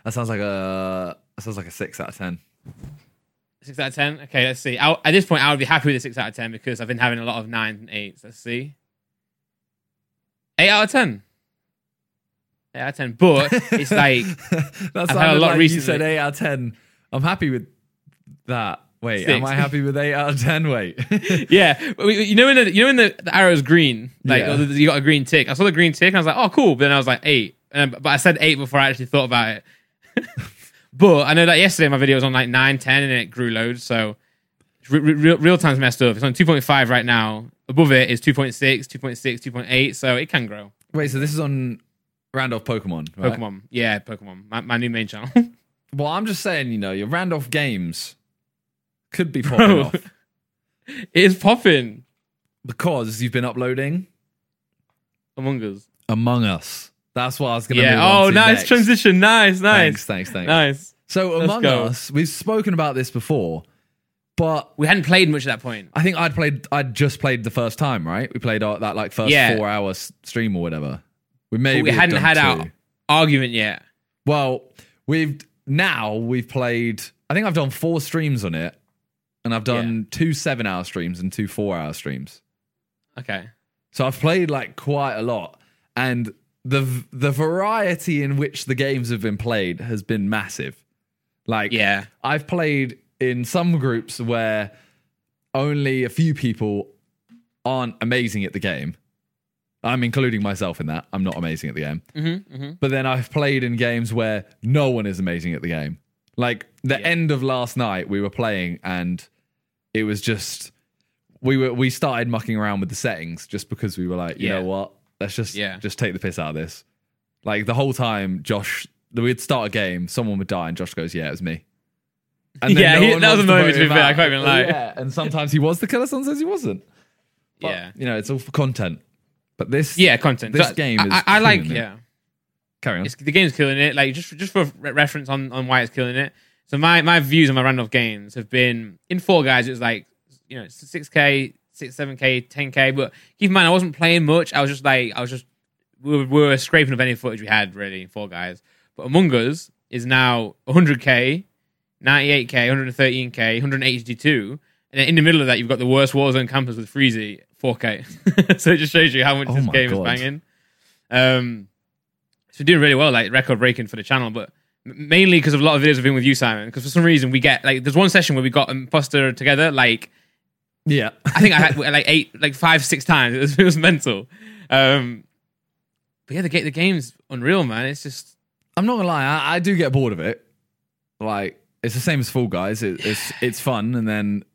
B: That sounds like a. That sounds like a six out of ten.
A: Six out of ten. Okay, let's see. I'll, at this point, I would be happy with a six out of ten because I've been having a lot of nines and eights. Let's see. Eight out of ten. Eight out of ten. But it's like
B: that
A: had a
B: sounded
A: lot
B: like you
A: recently.
B: said eight out of ten. I'm happy with that. Wait, am
A: Six.
B: I happy with eight out of ten? Wait.
A: yeah, but we- you know when the you know when the, the arrow's green, like
B: Yeah.
A: or the- you got a green tick. I saw the green tick and I was like, oh cool. But then I was like eight, and but I said eight before I actually thought about it. but I know that yesterday my video was on like nine, ten, and it grew loads. So re- re- real real time's messed up. It's on two point five right now. Above it is 2.6, 2.6, 2.8, so it can grow.
B: Wait. So this is on Randolph Pokemon. Right?
A: Pokemon, yeah, Pokemon, my, my new main channel.
B: Well, I'm just saying. You know, your Randolph games could be
A: Oh.
B: popping off
A: it is popping
B: because you've been uploading
A: Among Us.
B: Among Us. That's what I was gonna.
A: Yeah.
B: move on
A: Oh,
B: to
A: nice
B: next.
A: transition. Nice,
B: Thanks,
A: nice,
B: thanks, thanks.
A: nice.
B: So
A: Let's
B: Among
A: go.
B: Us, we've spoken about this before, but
A: We hadn't played much at that point.
B: I think I'd played. I'd just played the first time, right? We played our, that like first
A: Yeah.
B: four hour s- stream or whatever. We maybe
A: we
B: have
A: hadn't
B: done
A: had
B: two.
A: our argument yet.
B: Well, we've now we've played. I think I've done four streams on it, and I've done two seven hour streams and two four hour streams.
A: Okay.
B: So I've played like quite a lot, and the v- the variety in which the games have been played has been massive. Like,
A: Yeah.
B: I've played in some groups where only a few people aren't amazing at the game. I'm including myself in that. I'm not amazing at the game.
A: Mm-hmm, mm-hmm.
B: But then I've played in games where no one is amazing at the game. Like the
A: Yeah.
B: end of last night, we were playing and it was just we were we started mucking around with the settings just because we were like, you
A: Yeah.
B: know what, let's just
A: Yeah.
B: just take the piss out of this. Like the whole time, Josh, we'd start a game, someone would die, and Josh goes, "Yeah, it was me." And
A: Yeah, he-
B: one
A: that was
B: wants to
A: annoying,
B: vote
A: to be
B: him
A: fair, I
B: out.
A: can't even lie.
B: Yeah, and sometimes he was the killer, sometimes he wasn't. But,
A: Yeah.
B: you know, it's all for content. But this,
A: Yeah. Content.
B: This game
A: I,
B: is
A: I, I like.
B: killing it.
A: Yeah.
B: carry on.
A: It's, the game's killing it. Like just just for re- reference on on why it's killing it. So my my views on my Randolph games have been in four guys. It was like you know six k, six seven k, ten k. But keep in mind, I wasn't playing much. I was just like I was just we were, we were scraping up any footage we had really in four guys. But Among Us is now 100k, 98k, 113k, 182, and then in the middle of that you've got the worst Warzone campus with Freezy 4k. so it just shows you how much
B: Oh
A: this
B: my
A: game
B: God.
A: is banging. Um, so doing really well, like record breaking for the channel, but m- mainly because of a lot of videos I've been with you, Simon. Because for some reason we get like there's one session where we got imposter together like
B: Yeah,
A: I think I had like eight, like five, six times. It was, it was mental. Um, but yeah, the, ga- the game's unreal, man. It's just
B: I'm not gonna lie, I, I do get bored of it. Like it's the same as Fall Guys. It, it's it's fun, and then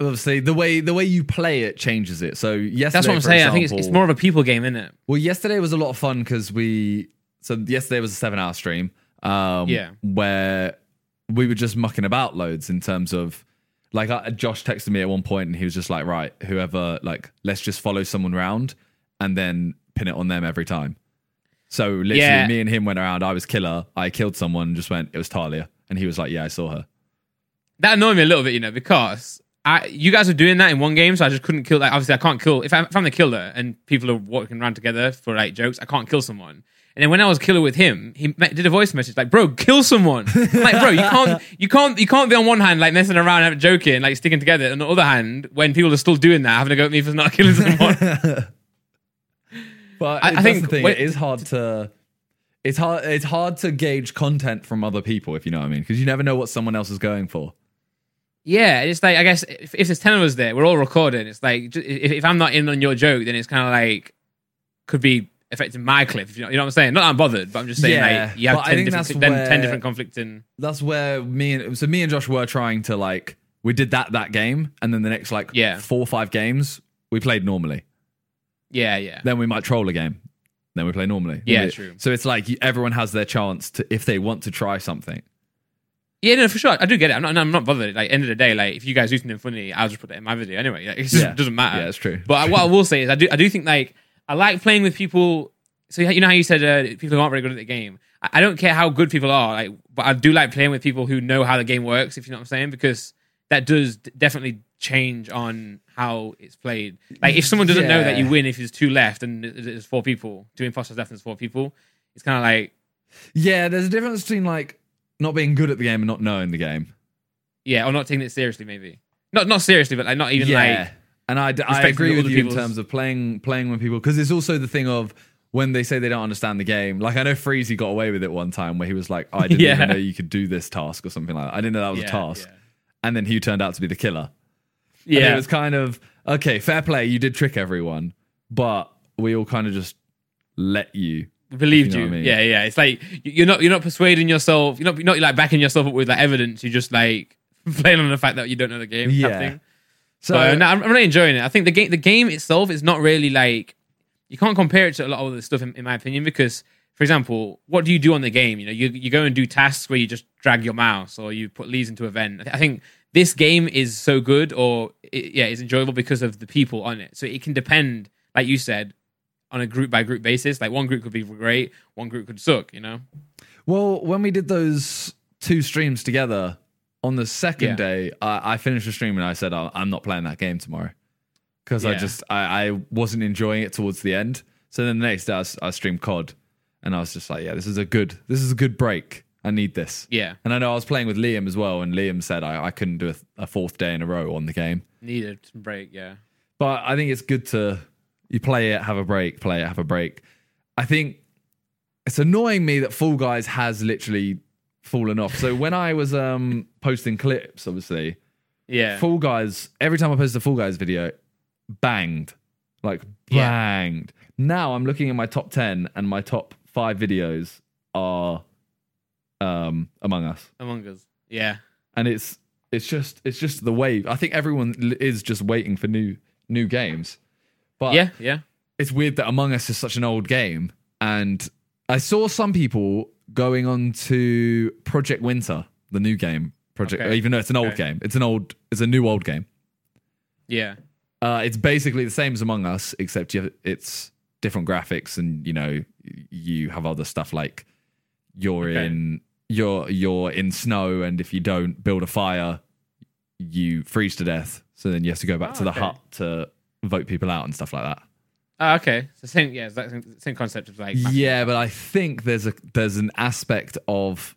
B: obviously the way the way you play it changes it. So yesterday,
A: that's what I'm
B: for
A: saying. I think it's, it's
B: example-
A: more of a people game, isn't it?
B: Well, yesterday was a lot of fun because we so yesterday was a seven hour stream. Um,
A: Yeah.
B: where we were just mucking about loads in terms of like I, Josh texted me at one point and he was just like, right, whoever like let's just follow someone round and then pin it on them every time. So literally,
A: Yeah.
B: me and him went around. I was killer. I killed someone. and Just went. It was Talia, and he was like, "Yeah, I saw her."
A: that annoyed me a little bit, you know, because I you guys were doing that in one game, so I just couldn't kill. Like, obviously, I can't kill if I'm, if I'm the killer and people are walking around together for like jokes. I can't kill someone. And then when I was killer with him, he me- did a voice message like, "Bro, kill someone!" I'm like, bro, you can't, you can't, you can't be on one hand like messing around, and joking, like sticking together, and on the other hand, when people are still doing that, having to go at me for not killing someone.
B: But
A: I-
B: I,
A: I
B: think
A: think
B: the thing.
A: when-
B: it is hard to. It's hard. It's hard to gauge content from other people, if you know what I mean, because you never know what someone else is going for.
A: Yeah, and it's like I guess if, if there's ten of us there, we're all recording. It's like ju- if, if I'm not in on your joke, then it's kind of like could be affecting my clip. if You know, you know what I'm saying? Not that I'm bothered, but I'm just saying
B: Yeah,
A: like you have
B: but I
A: ten
B: think
A: different,
B: that's
A: then
B: where-
A: ten different conflicting.
B: That's where me and so me and Josh were trying to like we did that that game, and then the next like
A: Yeah.
B: four or five games we played normally.
A: Yeah, yeah,
B: Then we might troll a game. Then we play normally.
A: Yeah,
B: We-
A: true.
B: So it's like you- everyone has their chance to if they want to try something.
A: yeah. No, for sure, I do get it. I'm not, I'm not bothered. Like end of the day, like if you guys do something funny, I'll just put it in my video anyway. Like, it just
B: Yeah.
A: doesn't matter.
B: Yeah, it's true.
A: But I, what I will say is, I do, I do think like I like playing with people. So you know how you said uh, people who aren't very good at the game. I, I don't care how good people are, like, but I do like playing with people who know how the game works. If you know what I'm saying, because that does d- definitely change on how it's played. Like if someone doesn't know that
B: Yeah.
A: you win if there's two left and th- there's four people, two imposters left and there's four people, it's kind of like
B: Yeah, there's a difference between like not being good at the game and not knowing the game.
A: yeah, or not taking it seriously maybe. Not not seriously, but like not even like
B: and I, d- I
A: respecting
B: agree with
A: other
B: you in
A: people's-
B: terms of playing playing with people because it's also the thing of when they say they don't understand the game. Like I know Freezy got away with it one time where he was like, "I didn't
A: Yeah.
B: even know you could do this task" or something like that. I didn't know that was
A: Yeah,
B: a task,
A: yeah.
B: and then he turned out to be the killer. And
A: yeah.
B: it was kind of okay, fair play. You did trick everyone, but we all kind of just let you.
A: believed
B: You
A: you.
B: know what I mean?
A: Yeah, yeah. It's like you- you're not you're not persuading yourself. You're not you're not like backing yourself up with like evidence. You're just like playing on the fact that you don't know the game. Yeah.
B: Yeah.
A: Type thing.
B: So
A: So no, I'm, I'm really enjoying it. I think the game the game itself is not really like you can't compare it to a lot of other stuff in, in my opinion because. For example, what do you do on the game? You know, you, you go and do tasks where you just drag your mouse or you put leads into event. I think this game is so good or it, yeah, it's enjoyable because of the people on it. So it can depend, like you said, on a group by group basis. Like one group could be great, one group could suck. You know?
B: Well, when we did those two streams together on the second
A: Yeah.
B: day, I, I finished the stream and I said, "Oh, I'm not playing that game tomorrow because I
A: Yeah.
B: just I, I wasn't enjoying it towards the end. So then the next day I, s- I streamed COD and I was just like, yeah, this is a good this is a good break. I need this.
A: Yeah,
B: And I know I was playing with Liam as well, and Liam said I, I couldn't do a, th- a fourth day in a row on the game.
A: needed some break. Yeah,
B: But I think it's good to you play it, have a break, play it, have a break. I think it's annoying me that Fall Guys has literally fallen off. So when I was um posting clips, obviously,
A: yeah,
B: Fall Guys, every time I post a Fall Guys video, banged. Like
A: Yeah.
B: banged. Now I'm looking at my top ten and my top five videos are um Among Us
A: Among Us. Yeah,
B: and it's it's just it's just the wave. I think everyone l- is just waiting for new new games. But
A: yeah, yeah.
B: it's weird that Among Us is such an old game, and I saw some people going on to Project Winter, the new game Project,
A: Okay.
B: even though it's an old
A: Okay.
B: game. It's an old, it's a new old game.
A: Yeah.
B: Uh, it's basically the same as Among Us, except you have, it's different graphics, and you know y- you have other stuff like you're
A: Okay.
B: in you're you're in snow, and if you don't build a fire, you freeze to death. So then you have to go back
A: Oh,
B: to the
A: okay.
B: hut to vote people out and stuff like that.
A: Oh, okay. So same. Yeah, it's like same, same concept of like.
B: Yeah, but I think there's a there's an aspect of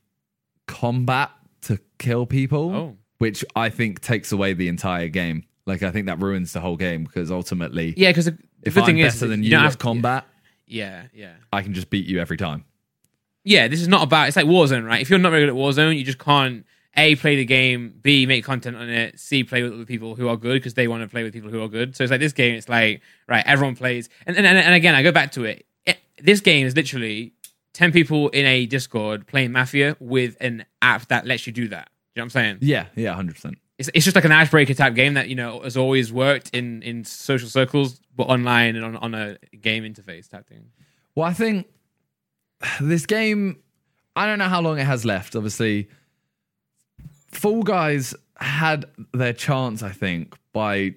B: combat to kill people,
A: Oh.
B: which I think takes away the entire game. Like I think that ruins the whole game because ultimately,
A: Yeah, because the, the
B: if
A: good
B: I'm
A: thing
B: better
A: is that
B: than
A: you
B: you,
A: don't
B: at
A: have
B: combat,
A: Yeah, yeah,
B: I can just beat you every time.
A: yeah. This is not about. It's like Warzone, right? If you're not very good at Warzone, you just can't a play the game, b make content on it, c play with other people who are good because they want to play with people who are good. So it's like this game. It's like right, everyone plays, and and and, and again, I go back to it. it. This game is literally ten people in a Discord playing Mafia with an app that lets you do that. Do you know what I'm saying?
B: Yeah, yeah, hundred percent.
A: it's, it's just like an icebreaker type game that you know has always worked in in social circles but online and on, on a game interface type thing
B: Well, I think this game, I don't know how long it has left. Obviously, Fall Guys had their chance. I think by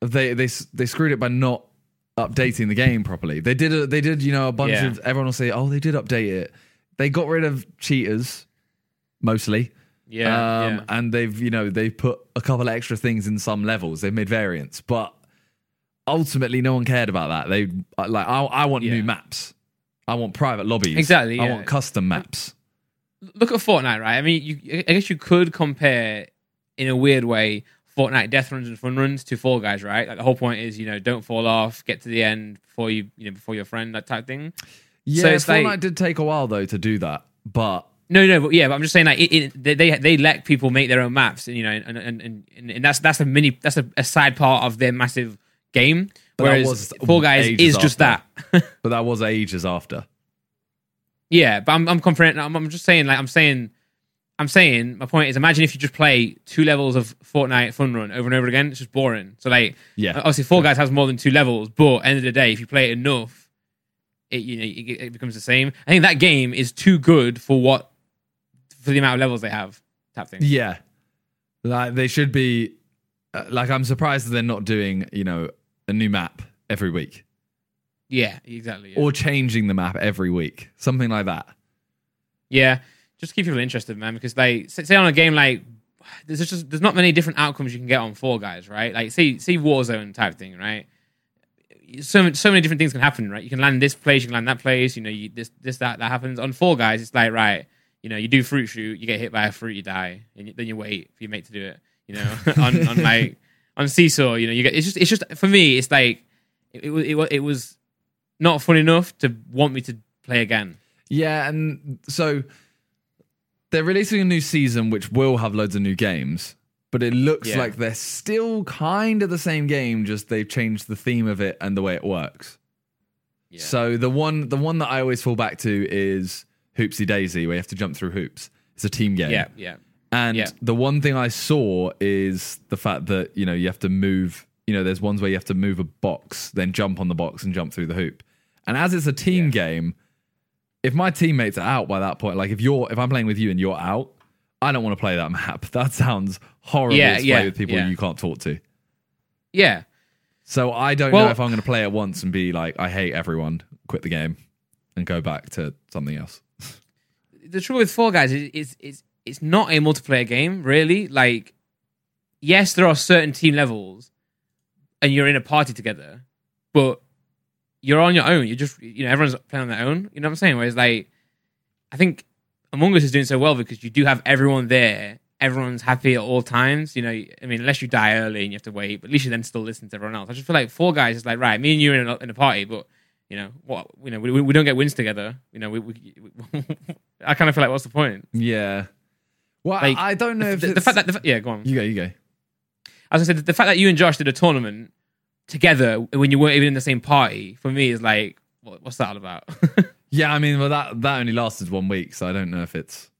B: they they they screwed it by not updating the game properly. They did. A, they did. You know, a bunch
A: Yeah.
B: of everyone will say, "Oh, they did update it." They got rid of cheaters, mostly.
A: Yeah,
B: um,
A: yeah.
B: And they've you know they've put a couple of extra things in some levels. They've made variants, but ultimately, no one cared about that. They like I, I want
A: Yeah.
B: new maps. I want private lobbies.
A: Exactly,
B: I
A: yeah.
B: want custom maps.
A: look at Fortnite, right? I mean, you, I guess you could compare in a weird way Fortnite death runs and fun runs to Fall Guys, right? Like the whole point is, you know, don't fall off, get to the end before you, you know, before your friend, that type thing.
B: Yeah,
A: So if they-
B: Fortnite did take a while though to do that, but
A: No, no, but yeah, but I'm just saying, like, it, it, they- they they let people make their own maps, and you know, and and, and, and that's that's a mini, that's a, a side part of their massive game.
B: But that
A: Whereas
B: was
A: Fall Guys is
B: ages
A: just
B: after.
A: that.
B: but that was ages after.
A: Yeah, but I'm I'm comparing. I'm, I'm just saying, like I'm saying, I'm saying. My point is, imagine if you just play two levels of Fortnite Fun Run over and over again. It's just boring. So like,
B: Yeah.
A: obviously, Fall Guys has more than two levels, but end of the day, if you play it enough, it you know it, it becomes the same. I think that game is too good for what for the amount of levels they have. Type thing.
B: Yeah, like they should be. uh, Like I'm surprised that they're not doing you know a new map every week
A: Yeah, exactly. Yeah.
B: or changing the map every week, something like that.
A: Yeah, just keep people interested, man. Because they say say on a game like there's just there's not many different outcomes you can get on Fall Guys, right? Like see see Warzone type thing, right? So so many different things can happen, right? You can land this place, you can land that place. You know, you, this this that that happens on Fall Guys. It's like right, you know, you do fruit shoot, you get hit by a fruit, you die, and you, then you wait for your mate to do it. You know, on on like on seesaw, you know, you get it's just it's just for me, it's like it, it, wa- it, wa- it was not fun enough to want me to play again.
B: Yeah, and so they're releasing a new season which will have loads of new games, but it looks
A: Yeah.
B: like they're still kind of the same game, just they've changed the theme of it and the way it works.
A: Yeah.
B: So the one the one that I always fall back to is Hoopsie Daisy, where you have to jump through hoops. It's a team game.
A: yeah, yeah.
B: And
A: Yeah.
B: the one thing I saw is the fact that, you know, you have to move, you know, there's ones where you have to move a box, then jump on the box and jump through the hoop. And as it's a team
A: Yeah.
B: game, if my teammates are out by that point, like if you're if I'm playing with you and you're out, I don't want to play that map. That sounds horrible
A: Yeah,
B: to play
A: yeah,
B: with people
A: yeah.
B: you can't talk to.
A: Yeah.
B: So I don't know
A: Well-
B: if I'm going to play it once and be like, I hate everyone, quit the game, and go back to something else.
A: The trouble with Fall Guys is it's it's it's not a multiplayer game, really. Like yes, there are certain team levels and you're in a party together, but you're on your own. You're just you know, everyone's playing on their own. You know what I'm saying? Whereas like I think Among Us is doing so well because you do have everyone there. Everyone's happy at all times. You know, I mean, unless you die early and you have to wait, but at least you then still listen to everyone else. I just feel like Four Guys is like, right, me and you are in a, in a party, but you know, what you know, we, we we don't get wins together. You know, we, we, I kind of feel like, what's the point?
B: Yeah. Well,
A: Like,
B: I I don't know if
A: The, the
B: it's-
A: fact that, the, fa- yeah, go on.
B: you go, you go.
A: As I said, the, the fact that you and Josh did a tournament together when you weren't even in the same party for me is like, what, what's that all about?
B: Yeah, I mean, well, that that only lasted one week, so I don't know if it's,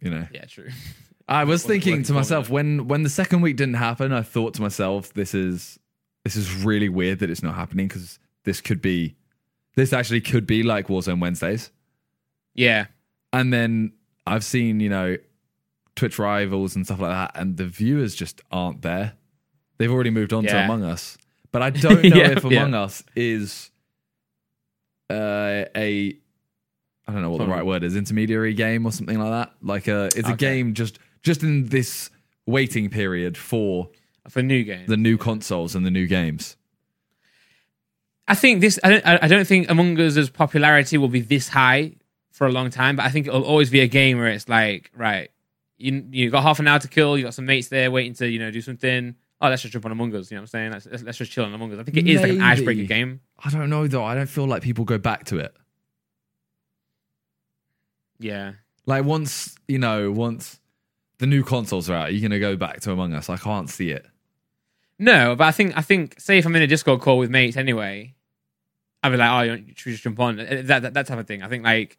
B: you know.
A: yeah, true.
B: I was
A: Wasn't
B: thinking
A: working
B: to
A: for
B: myself when when the second week didn't happen, I thought to myself, this is this is really weird that it's not happening because this could be, this actually could be like Warzone Wednesdays.
A: Yeah,
B: And then I've seen you know, Twitch rivals and stuff like that, and the viewers just aren't there. They've already moved on to
A: Yeah.
B: Among Us, but I don't know
A: Yeah,
B: if
A: yeah.
B: Among Us is uh, a I don't know what the
A: Probably.
B: right word is intermediary game or something like that. Like a it's a
A: Okay.
B: game just just in this waiting period for
A: for new games.
B: the new consoles and the new games.
A: I think this. I don't. I I don't think Among Us's popularity will be this high for a long time. But I think it'll always be a game where it's like, right, you you got half an hour to kill. You got some mates there waiting to you know do something. Oh, let's just jump on Among Us. You know what I'm saying? Let's, let's, let's just chill on Among Us. I think it is like an
B: Maybe.
A: icebreaker game.
B: I don't know though. I don't feel like people go back to it.
A: Yeah.
B: Like once you know, once the new consoles are out, you're gonna go back to Among Us. I can't see it.
A: No, but I think I think say if I'm in a Discord call with mates anyway, I'd be like, oh, you want- should we just jump on? Uh, That, that that type of thing. I think like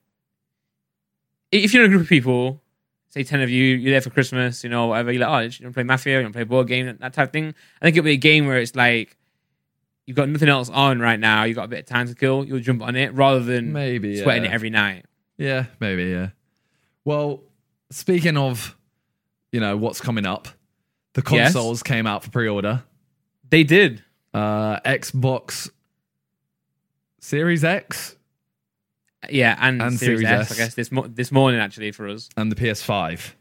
A: i- if you're in a group of people, say ten of you, you're there for Christmas, you know, whatever. You're like, oh, you want to play Mafia? You want to play board game? That, that type of thing. I think it'll be a game where it's like you've got nothing else on right now. You've got a bit of time to kill. You'll jump on it rather than
B: Maybe
A: sweating
B: yeah.
A: it every night.
B: Yeah, maybe yeah. Well, speaking of, you know what's coming up, the
A: Yes.
B: consoles came out for pre-order.
A: They did.
B: Uh, Xbox Series X
A: Yeah, and,
B: And
A: Series,
B: Series
A: S, I
B: S.
A: guess this mo- this morning actually for us.
B: and the PS5.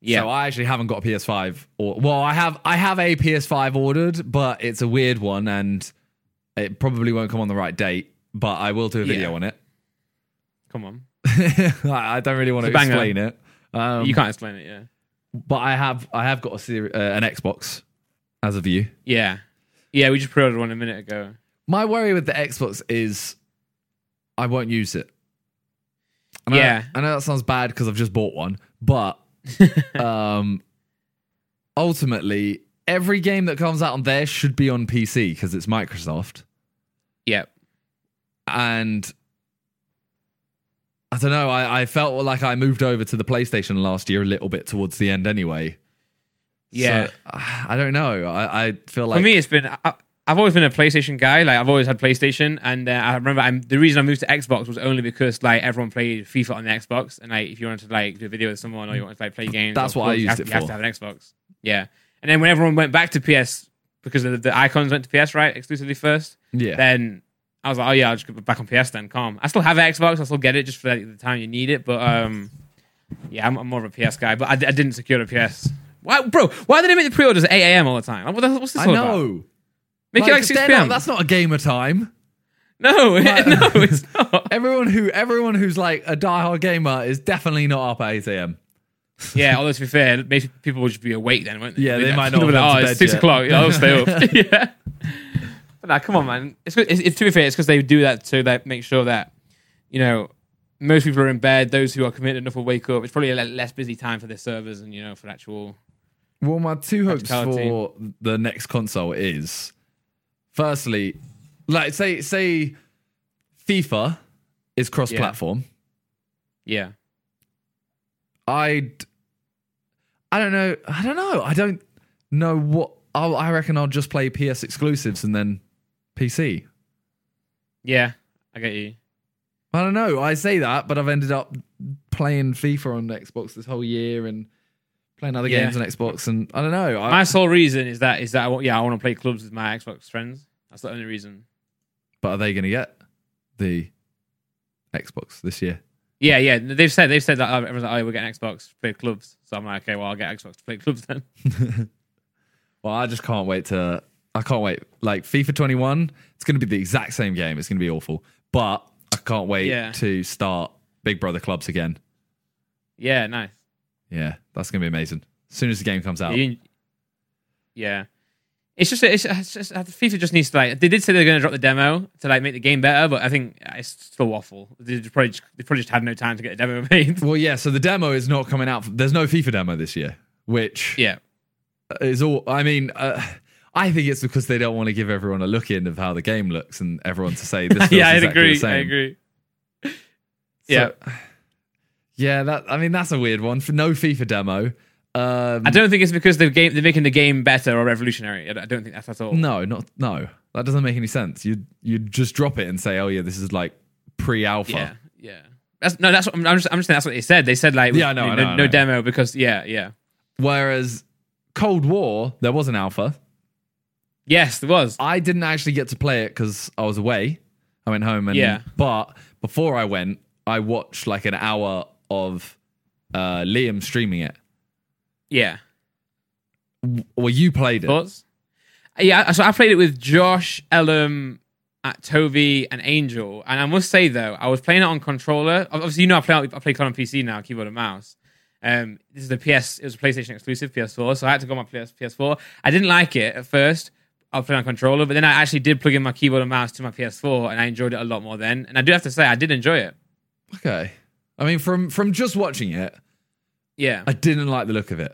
A: Yeah,
B: So I actually haven't got a PS5 or well, I have I have a PS5 ordered, but it's a weird one and it probably won't come on the right date, but I will do a video
A: Yeah.
B: on it.
A: come on,
B: I I don't really want to
A: It's a banger.
B: explain it. Um,
A: you can't explain it. Yeah,
B: but I have I have got a seri- uh, an Xbox as of you.
A: yeah, yeah. We just pre-ordered one a minute ago.
B: My worry with the Xbox is I won't use it. And I-
A: Yeah.
B: I, know that sounds bad because I've just bought one, but um, ultimately, every game that comes out on there should be on PC because it's Microsoft.
A: Yeah,
B: And I don't know, I, I felt like I moved over to the PlayStation last year a little bit towards the end anyway.
A: yeah.
B: So, I don't know. I, I feel like
A: For me, it's been I, I've always been a PlayStation guy. Like I've always had PlayStation, and uh, I remember I'm, the reason I moved to Xbox was only because like everyone played FIFA on the Xbox, and like if you wanted to like do a video with someone or you wanted to like play games,
B: That's
A: or
B: what I
A: you
B: used
A: have,
B: it
A: you have
B: for.
A: to have an Xbox. Yeah, and then when everyone went back to PS because the, the icons went to PS right exclusively first,
B: yeah.
A: then I was like, oh yeah, I'll just get back on PS then. Calm. I still have an Xbox. I still get it just for like, the time you need it. But um, yeah, I'm, I'm more of a PS guy. But I, I didn't secure a PS. Why, bro? Why do they make the pre-orders at 8 a.m. all the time? Like, what the- what's this
B: I
A: all
B: know.
A: about? Make it like 6
B: they're not-
A: p.m.
B: that's not a gamer time.
A: no, no, it's not.
B: Everyone who everyone who's like a diehard gamer is definitely not up at 8 a.m.
A: yeah, although to be fair, maybe people will just be awake then, won't they?
B: Yeah, they
A: They'll
B: might
A: be
B: not have gone
A: like,
B: to
A: oh,
B: bed
A: it's six
B: yet."
A: o'clock. Yeah, I'll stay up. yeah. But nah, come on, man. It's, good- it's, it's to be fair. It's because they do that to like, make sure that you know most people are in bed. Those who are committed enough will wake up. It's probably a le- less busy time for their servers and you know for actual.
B: Well, my two hopes
A: Practicality.
B: for the next console is, firstly, like say say FIFA is cross-platform.
A: Yeah,
B: I'd I don't know. I don't know. I don't know what. I'll, I reckon I'll just play PS exclusives and then PC.
A: yeah, I get you.
B: I don't know. I say that, but I've ended up playing FIFA on Xbox this whole year and playing other
A: Yeah.
B: games on Xbox. And I don't know. I,
A: My sole reason is that is that I want, yeah I want to play clubs with my Xbox friends. That's the only reason.
B: but are they going to get the Xbox this year?
A: Yeah, yeah. They've said they've said that uh, everyone's like, oh, we're getting Xbox to play clubs. So I'm like, okay, well, I'll get Xbox to play clubs then.
B: Well, I just can't wait to. I can't wait. Like FIFA 21, it's going to be the exact same game. It's going to be awful. But I can't wait
A: Yeah.
B: to start Big Brother clubs again.
A: Yeah, nice.
B: Yeah, that's going to be amazing. As soon as the game comes out.
A: You- yeah. It's just, it's, it's just uh, FIFA just needs to like they did say they're going to drop the demo to like make the game better, but I think uh, it's still waffle. They just probably just, they probably just had no time to get a demo made.
B: Well, yeah, so the demo is not coming out. There's no FIFA demo this year, which
A: yeah,
B: is all. I mean, uh, I think it's because they don't want to give everyone a look in of how the game looks and everyone to say this feels
A: yeah, I
B: exactly the
A: agree. I
B: same.
A: agree.
B: So- um,
A: yeah,
B: Yeah, that I mean that's a weird one. For no FIFA demo. Um,
A: I don't think it's because the game they're making the game better or revolutionary. I don't- I don't think that's at all.
B: No, not no. That doesn't make any sense. You you just drop it and say, "Oh yeah, this is like pre-alpha."
A: Yeah, yeah. That's no. That's what I'm, I'm just. I'm just saying that's what they said. They said like
B: Yeah, I know,
A: no,
B: I know, I
A: no
B: know.
A: demo because yeah, yeah.
B: Whereas Cold War, there was an alpha.
A: Yes, there was.
B: I didn't actually get to play it cuz I was away. I went home and
A: Yeah.
B: but before I went, I watched like an hour of uh Liam streaming it.
A: Yeah.
B: Well, you played it.
A: Thoughts? Yeah, so I played it with Josh, Ellum, at Toby, and Angel. And I must say though, I was playing it on controller. Ob- Obviously, you know I play I play COD on PC now, keyboard and mouse. Um, this is the PS. It was a PlayStation exclusive, PS4. So I had to go on my PS, PS4. I didn't like it at first. I was playing on controller, but then I actually did plug in my keyboard and mouse to my PS4, and I enjoyed it a lot more then. And I do have to say, I did enjoy it.
B: Okay. I mean from from just watching it,
A: Yeah,
B: I didn't like the look of it.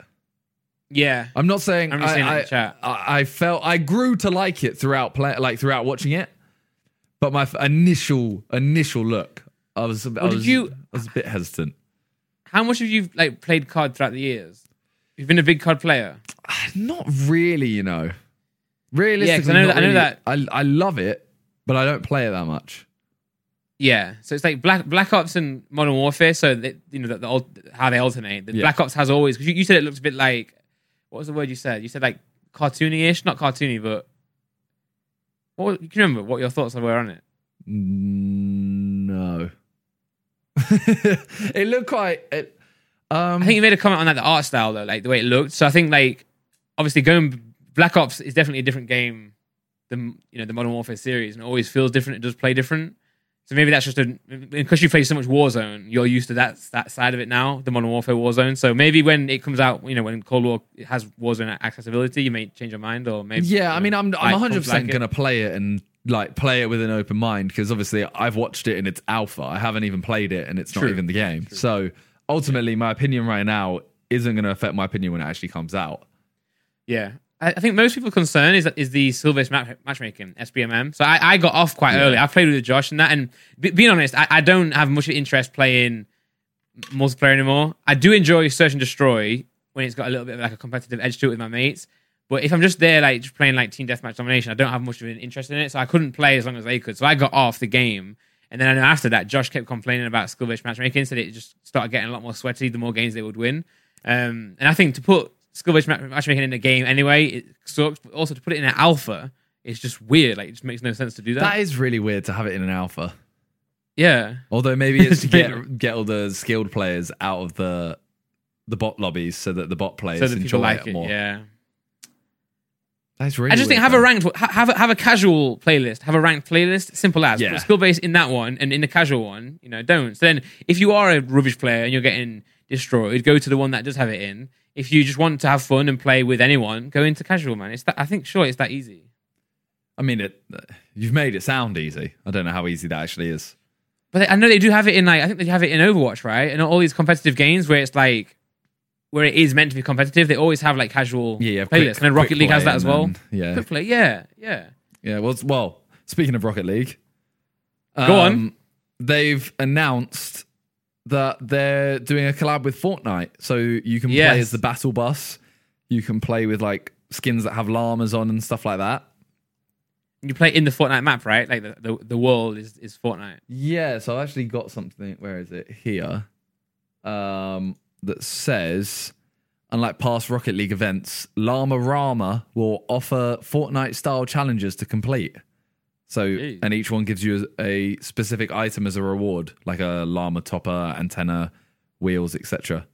A: yeah,
B: I'm not saying
A: I'm
B: I,
A: just saying it in
B: I-
A: the chat.
B: I, I felt I grew to like it throughout play, like throughout watching it, but my f- initial initial look, I was I
A: did
B: was,
A: you-
B: I was a bit hesitant.
A: How much have you like played COD throughout the years? You've been a big COD player.
B: Not really, you know. Realistically,
A: know
B: not
A: that- I know
B: really.
A: that-
B: I I love it, but I don't play it that much.
A: Yeah, so it's like Black Black Ops and Modern Warfare. So they, you know the, the old, how they alternate. The
B: Yeah.
A: Black Ops has always because you, you said it looks a bit like what was the word you said? You said like cartoony-ish, not cartoony, but what was- you can remember what your thoughts were on it.
B: No. it looked quite. It, um,
A: I think you made a comment on like the art style though, like the way it looked. So I think like obviously going Black Ops is definitely a different game than you know the Modern Warfare series, and it always feels different. It does play different. So maybe that's just a because you play so much Warzone, you're used to that that side of it now, the Modern Warfare Warzone. So maybe when it comes out, you know, when Cold War has Warzone accessibility, you may change your mind, or maybe
B: yeah, I mean, I'm I'm
A: like,
B: 100 percent
A: like it.
B: gonna play it and like play it with an open mind because obviously I've watched it and it's alpha. I haven't even played it and it's not
A: True.
B: even the game. So ultimately, my opinion right now isn't gonna affect my opinion when it actually comes out.
A: Yeah. I I think most people's concern is is the skill-based match- matchmaking SBMM. So I, I got off quite early. I played with Josh and that, and be, being honest, I, I don't have much interest playing multiplayer anymore. I do enjoy search and destroy when it's got a little bit of like a competitive edge to it with my mates. But if I'm just there like just playing like team deathmatch domination, I don't have much of an interest in it. So I couldn't play as long as they could. So I got off the game. And then I know after that, Josh kept complaining about skill-based matchmaking, so it just started getting a lot more sweaty the more games they would win. Um, and I think to put skill-based ma- matchmaking in a game anyway, it sucks. But also to put it in an alpha, it's just weird. Like it just makes no sense to do that.
B: That is really weird to have it in an alpha.
A: yeah.
B: Although maybe it's to
A: It's really-
B: get get all the skilled players out of the the bot lobbies so that the bot players
A: So that
B: enjoy
A: people like
B: it
A: it.
B: more.
A: Yeah.
B: That's really.
A: I just think have
B: weird, though.
A: a ranked, ha- have a, have a casual playlist, have a ranked playlist, simple as.
B: Yeah.
A: Put skill based in that one and in the casual one, you know, don't. So then, if you are a rubbish player and you're getting destroyed, go to the one that does have it in. If you just want to have fun and play with anyone, go into casual, man. It's that I think sure it's that easy.
B: I mean, it. You've made it sound easy. I don't know how easy that actually is.
A: But I know they do have it in like I think they have it in Overwatch, right? And all these competitive games where it's like where it is meant to be competitive, they always have like casual
B: Yeah, yeah.
A: playlists. and then Rocket League has that as well.
B: yeah,
A: Quick play, yeah, yeah.
B: Yeah, well, s- well. Speaking of Rocket League, um,
A: Go on.
B: They've announced that they're doing a collab with Fortnite, so you can play
A: Yes.
B: as the Battle Bus. You can play with like skins that have llamas on and stuff like that.
A: You play in the Fortnite map, right? Like the, the, the world is, is Fortnite.
B: Yeah, so I've actually got something. Where is it here? Um, that says, unlike past Rocket League events, Llama Rama will offer Fortnite-style challenges to complete. So,
A: Jeez.
B: and each one gives you a specific item as a reward, like a llama topper, antenna, wheels, etc.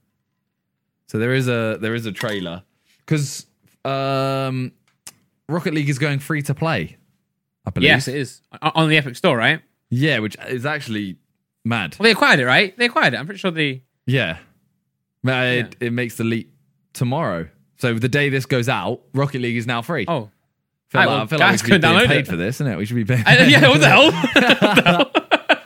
B: So there is a there is a trailer because um, Rocket League is going free to play. I believe.
A: Yes, it is O- on the Epic Store, right?
B: Yeah, which is actually mad.
A: Well, they acquired it, right? They acquired it. I'm pretty sure they.
B: Yeah. But It, it makes the leap tomorrow. So the day this goes out, Rocket League is now free.
A: Oh,
B: feel
A: I
B: like,
A: will-
B: I feel
A: guys
B: like we should be
A: can
B: being
A: download
B: paid
A: it.
B: for this, isn't it? We should be paying.
A: I, yeah. What the hell?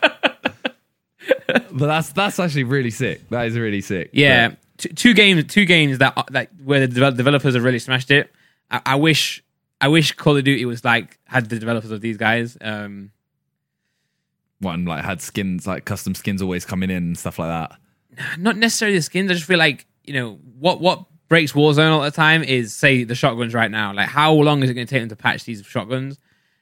B: But that's that's actually really sick. That is really sick.
A: yeah, two, two games. Two games that are- that where the devel- developers have really smashed it. I, I wish. I wish Call of Duty was like had the developers of these guys. Um,
B: But one like had skins, like custom skins, always coming in and stuff like that.
A: not necessarily the skins. I just feel like you know what what breaks Warzone all the time is say the shotguns right now. Like how long is it going to take them to patch these shotguns?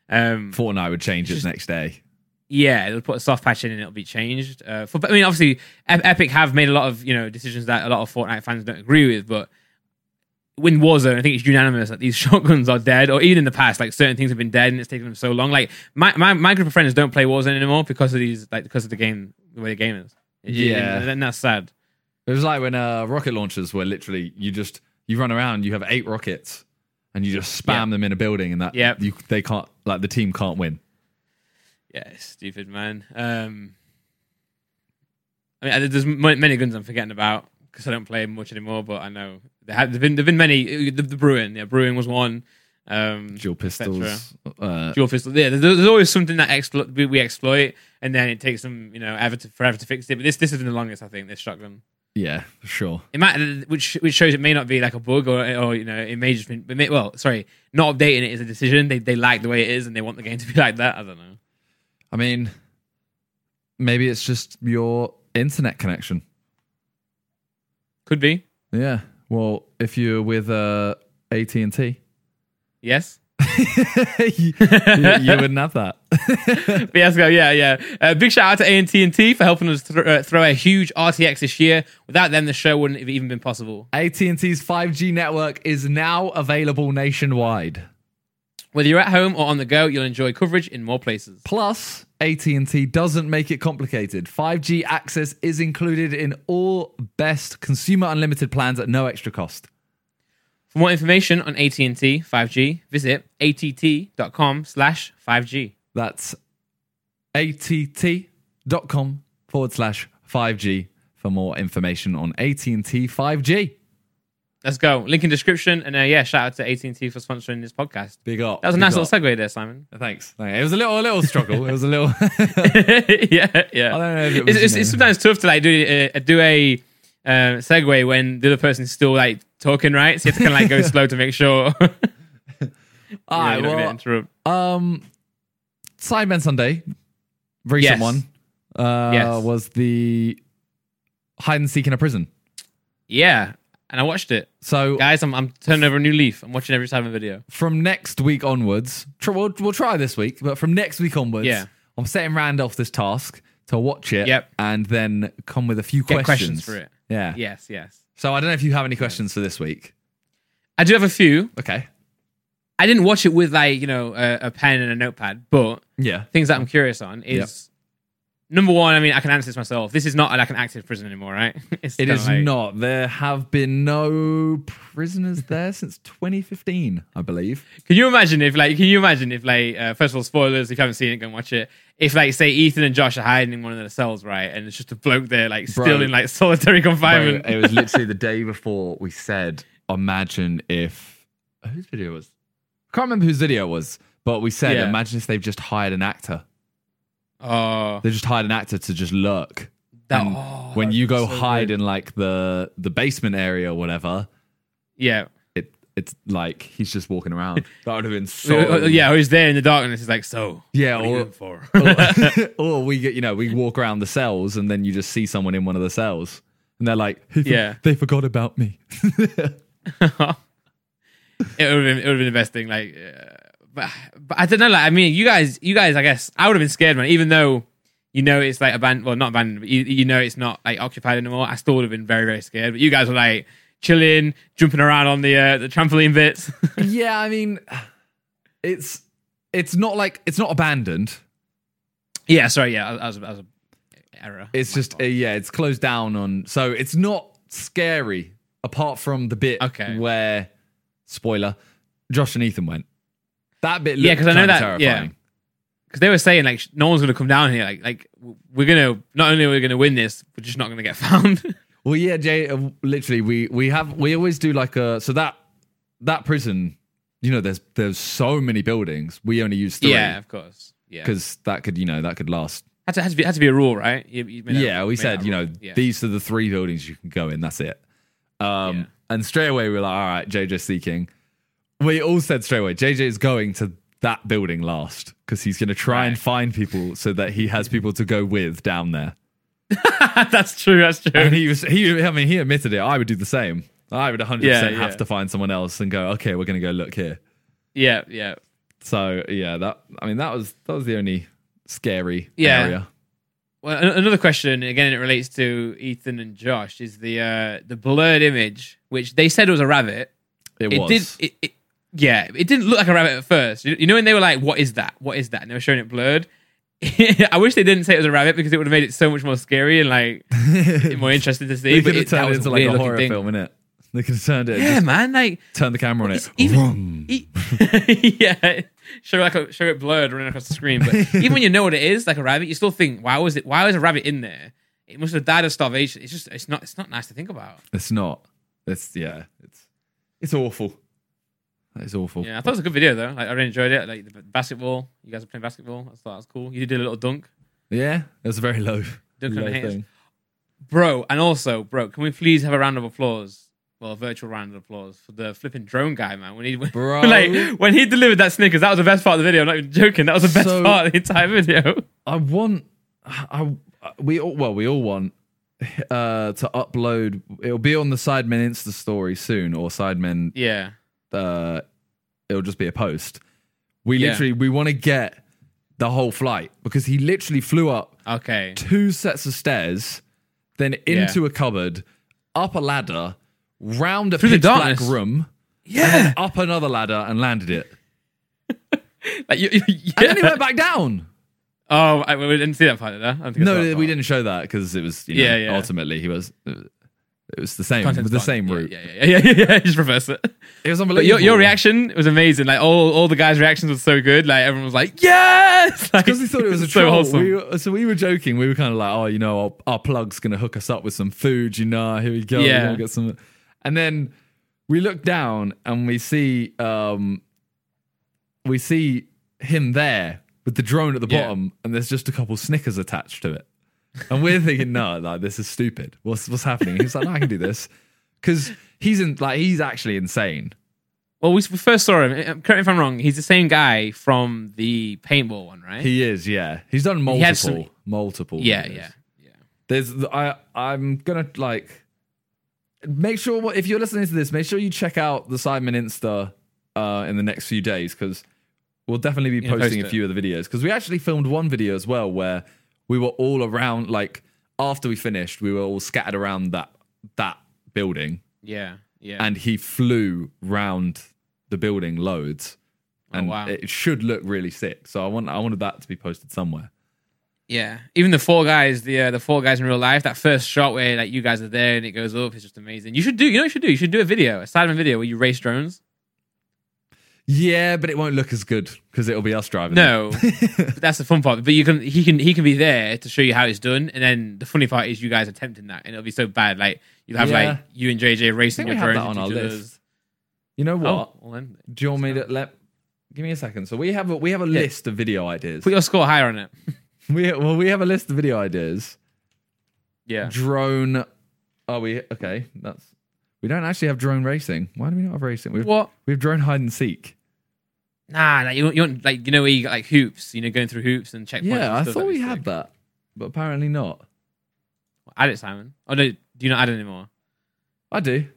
A: Um,
B: Fortnite would change its next day.
A: yeah, they'll put a soft patch in and it'll be changed. Uh, for, I mean, obviously, E- Epic have made a lot of you know decisions that a lot of Fortnite fans don't agree with, but in Warzone, I think it's unanimous that these shotguns are dead, or even in the past, like certain things have been dead and it's taken them so long. Like my, my, my group of friends don't play Warzone anymore because of these, like because of the game, the way the game is.
B: Yeah.
A: and, and that's sad.
B: It was like when uh, rocket launchers were literally you just you run around, you have eight rockets, and you just spam
A: Yeah.
B: them in a building, and that
A: Yeah.
B: you, they can't like the team can't win.
A: Yeah, it's stupid man. Um, I mean, uh, there's m- many guns I'm forgetting about because I don't play much anymore. But I know there have there've been there've been many. uh, The, the Bruin, yeah, Bruin was one. Um,
B: Dual pistols, uh,
A: dual pistol. Yeah, there's, there's always something that explo- we, we exploit, and then it takes them, you know, ever to, forever to fix it. But this this has been the longest, I think. This shotgun.
B: yeah, for sure.
A: It might, which which shows it may not be like a bug, or or you know, it may just be. it may- Well, sorry, not updating it is a decision. They they like the way it is, and they want the game to be like that. I don't know.
B: I mean, maybe it's just your internet connection.
A: Could be.
B: Yeah. Well, if you're with uh, AT and T,
A: Yes.
B: you you wouldn't have that.
A: Fiasco, yeah, yeah. Uh, big shout out to AT&T for helping us thro- uh, throw a huge RTX this year. Without them, the show wouldn't have even been possible.
B: AT and T's 5G network is now available nationwide.
A: Whether you're at home or on the go, you'll enjoy coverage in more places.
B: Plus, AT&T doesn't make it complicated. 5G access is included in all best consumer unlimited plans at no extra cost.
A: For more information on AT&T 5G, visit att.com slash 5G.
B: That's att.com forward slash 5G for more information on AT&T 5G.
A: Let's go. Link in description. And uh, yeah, shout out to AT&T for sponsoring this podcast.
B: Big up.
A: That was a
B: big
A: nice
B: up.
A: little segue there, Simon.
B: Thanks. It was a little, a little struggle. it was a little.
A: yeah, yeah.
B: I don't know if it was,
A: it's, it's,
B: you
A: it's
B: know.
A: sometimes tough to like do a, do a um, segue when the other person's still like talking, right? So you have to kind of like go slow to make sure. you know,
B: All right.
A: you don't get
B: Well,
A: interrupt.
B: Um, Sidemen Sunday, recent
A: Yes.
B: one, uh,
A: Yes.
B: was the hide and seek in a prison.
A: Yeah, and I watched it,
B: So
A: guys. I'm, I'm turning over a new leaf. I'm watching every time a video.
B: from next week onwards, tr- we'll, we'll try this week, but from next week onwards,
A: Yeah.
B: I'm setting Randolph this task to watch it
A: Yep.
B: and then come with a few
A: Get questions
B: questions.
A: for it.
B: Yeah.
A: Yes, yes.
B: So I don't know if you have any questions for this week.
A: I do have a few.
B: Okay.
A: I didn't watch it with like you know a, a pen and a notepad, but
B: Yeah.
A: things that I'm curious on is. Number one, I mean, I can answer this myself. This is not like an active prison anymore, right? It's
B: It
A: kinda
B: is
A: like-
B: not. There have been no prisoners there since 2015, I believe.
A: Can you imagine if, like, can you imagine if, like, uh, first of all, spoilers, if you haven't seen it, go and watch it. If, like, say Ethan and Josh are hiding in one of their cells, right, and it's just a bloke there, like,
B: Bro.
A: still in like solitary
B: Bro,
A: confinement.
B: it was literally the day before we said, imagine if whose video was can't remember whose video it was, but we said,
A: Yeah.
B: imagine if they've just hired an actor.
A: oh,
B: They just hired an actor to just lurk.
A: that,
B: And
A: oh,
B: when
A: that
B: you
A: would be
B: go
A: so
B: hide
A: good.
B: in like the the basement area or whatever,
A: yeah,
B: it it's like he's just walking around. That would have been
A: Uh,
B: so
A: uh, yeah, who's there in the darkness? Is like, so,
B: Yeah,
A: what are you
B: or-
A: in for?
B: or, or we get you know we walk around the cells and then you just see someone in one of the cells and they're like "He for-
A: Yeah.
B: they forgot about me
A: it would have been, it would have been the best thing. Like, uh, but but I don't know. Like, I mean, you guys, you guys, I guess I would have been scared, man. Even though you know it's like abandoned, well, not abandoned, but you, you know it's not like occupied anymore. I still would have been very, very scared. But you guys were like chilling, jumping around on the uh, the trampoline bits.
B: yeah I mean it's it's not like it's not abandoned
A: yeah, sorry, yeah, that was, that was a error.
B: it's just uh, yeah it's closed down on so it's not scary apart from the bit
A: Okay.
B: where spoiler Josh and Ethan went that bit
A: Yeah,
B: looked
A: 'cause I know
B: kinda
A: that- yeah.
B: terrifying.
A: because they were saying like sh- no one's gonna come down here. Like like w- we're gonna not only are we gonna win this, we're just not gonna get found.
B: Well, yeah, Jay. uh, Literally, we we have we always do like a so that that prison. You know, there's there's so many buildings. We only use three
A: yeah, of course. Yeah,
B: because that could you know that could last.
A: had to, had to be had to be a rule, right? You- you made that-
B: yeah, we
A: made
B: said
A: that
B: you know
A: rule. Yeah.
B: these are the three buildings you can go in. That's it. Um,
A: Yeah.
B: and straight away we were like, all right, JJ seeking. We all said straight away, JJ is going to that building last because he's going to try and
A: Right.
B: find people so that he has people to go with down there.
A: that's true. That's true.
B: And he was he I mean he admitted it. I would do the same. I would 100%
A: Yeah,
B: have
A: yeah.
B: to find someone else and go, "Okay, we're going to go look here."
A: yeah, yeah,
B: So, yeah, that I mean that was that was the only scary
A: Yeah.
B: area.
A: Well, an- another question again. It relates to Ethan and Josh. Is the uh, the blurred image which they said was a rabbit?
B: It, was.
A: did. It, it, yeah, it didn't look like a rabbit at first. You, you know when they were like, "What is that? What is that?" and they were showing it blurred. I wish they didn't say it was a rabbit because it would have made it so much more scary and like more interesting to see.
B: they
A: but
B: could have
A: it, that
B: turned it
A: was
B: into like a
A: weird-looking
B: horror
A: thing.
B: film, innit? They could have turned it
A: Yeah,
B: just
A: man. Like
B: turned the camera on it.
A: It's even-
B: Vroom.
A: E- yeah, show like a, show it blurred running across the screen. But even when you know what it is, like a rabbit, you still think, why was it? Why was a rabbit in there? It must have died of starvation. It's just, it's not, it's not nice to think about.
B: It's not. It's yeah, it's it's awful. It's awful.
A: Yeah, I thought it was a good video though. Like I really enjoyed it. Like the basketball, you guys are playing basketball. I thought that was cool. You did a little dunk,
B: Yeah, it was a very low,
A: Duncan
B: low
A: Hayes.
B: thing.
A: bro. And also, bro, can we please have a round of applause? Well, a virtual round of applause for the flipping drone guy, man. When he, when,
B: Bro.
A: like when he delivered that Snickers, that was the best part of the video. I'm not even joking. That was the best
B: So-
A: part of the entire video.
B: I want I I- we all well we all want uh to upload it'll be on the Sidemen Insta story soon or Sidemen
A: yeah,
B: uh it'll just be a post. We
A: Yeah.
B: literally we want to get the whole flight because he literally flew up
A: okay.
B: two sets of stairs then
A: Yeah.
B: into a cupboard up a ladder round a
A: Through the
B: pitch black
A: darkness.
B: room
A: Yeah,
B: up another ladder and landed it.
A: like, you, you-
B: And then he
A: yeah.
B: went back down.
A: Oh, I, we didn't see that part, did I? I don't think I saw
B: No,
A: that
B: we
A: part.
B: didn't show that because it was you know,
A: Yeah, yeah.
B: ultimately he was it was the same
A: Content's
B: the
A: gone.
B: same
A: Yeah,
B: route.
A: Yeah, yeah, yeah, yeah. yeah, Just reverse it.
B: It was
A: But your,
B: unbelievable.
A: your reaction was amazing. Like all, all the guys' reactions were so good. Like everyone was like, "Yes!" Like,
B: because they thought it was a
A: so
B: troll.
A: wholesome.
B: We were, so we were joking. We were kind of like, oh, you know, our, our plug's gonna hook us up with some food. You know, here we go.
A: Yeah.
B: We'll get some. And then we look down and we see um we see him there with the drone at the
A: Yeah.
B: bottom, and there's just a couple Snickers attached to it. And we're thinking, no, like this is stupid. What's what's happening? He's like, no, I can do this because he's in like he's actually insane.
A: well, we, we first saw him. uh, Correct me if I'm wrong. He's the same guy from the paintball one, right?
B: He is, yeah. He's done multiple,
A: had some-
B: multiple.
A: yeah,
B: videos.
A: yeah, yeah.
B: There's I I'm gonna like make sure what if you're listening to this, make sure you check out the Simon Insta uh in the next few days because we'll definitely be
A: Yeah, post
B: posting a
A: it.
B: few of the videos. Because we actually filmed one video as well where we were all around like after we finished, we were all scattered around that that building
A: Yeah, yeah.
B: and he flew round the building loads. And
A: Oh, wow.
B: it should look really sick. So I want I wanted that to be posted somewhere.
A: yeah. Even the four guys, the uh, the four guys in real life, that first shot where like you guys are there and it goes up is just amazing. You should do. You know, what you should do. You should do a video, a Sideman video where you race drones.
B: Yeah, but it won't look as good because it'll be us driving. it.
A: No, but that's the fun part. But you can, he can, he can be there to show you how it's done. And then the funny part is you guys attempting that, and it'll be so bad. Like you'll have
B: Yeah.
A: like you and JJ racing
B: think
A: your
B: we have
A: drones
B: that on
A: into each
B: our
A: other's-
B: list. You know what?
A: Oh, well then,
B: Do you want me to let? Give me a second. So we have a we have a list of video ideas.
A: put your score higher on it.
B: We well we have a list of video ideas.
A: Yeah,
B: Drone. Are we okay? That's we don't actually have drone racing. Why do we not have racing? We've
A: What?
B: we've drone hide and seek.
A: nah, like, you want, you want like you know where you got like hoops, you know, going through hoops and checkpoints. and
B: Yeah, I
A: stuff,
B: thought
A: that'd be
B: we had
A: sick.
B: that, but apparently not.
A: Add it, Simon. Oh no, do you not add anymore?
B: I do.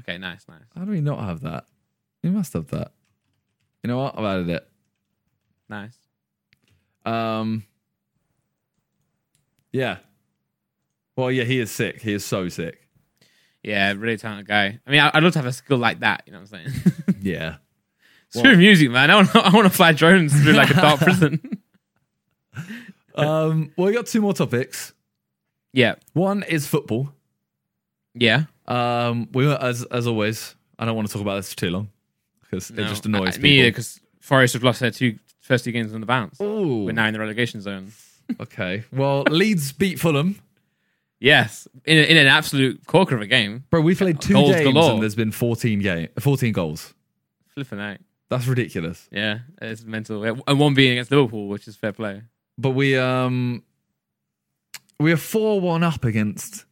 A: Okay, nice, nice,
B: How do we not have that? We must have that. You know what? I've added it.
A: nice.
B: Um. Yeah. Well, yeah, he is sick. He is so sick.
A: Yeah, really talented guy. I mean, I- I'd love to have a skill like that. You know what I'm saying?
B: Yeah.
A: Screw music, man. I want, I want to fly drones through like a dark prison.
B: Um. Well, we got two more topics.
A: yeah,
B: One is football.
A: yeah.
B: Um, we were, as as always. I don't want to talk about this for too long because it
A: No,
B: just annoys
A: I,
B: people.
A: me either because Forest have lost their two first two games on the bounce.
B: Ooh.
A: We're now in the relegation zone.
B: okay. Well, Leeds beat Fulham,
A: Yes, in, a, in an absolute corker of a game.
B: bro. We played two
A: Goals
B: games
A: galore.
B: and there's been fourteen game, fourteen goals.
A: Flipping out.
B: That's ridiculous.
A: Yeah, it's mental. And one being against Liverpool, which is fair play.
B: But we um, we are four one up against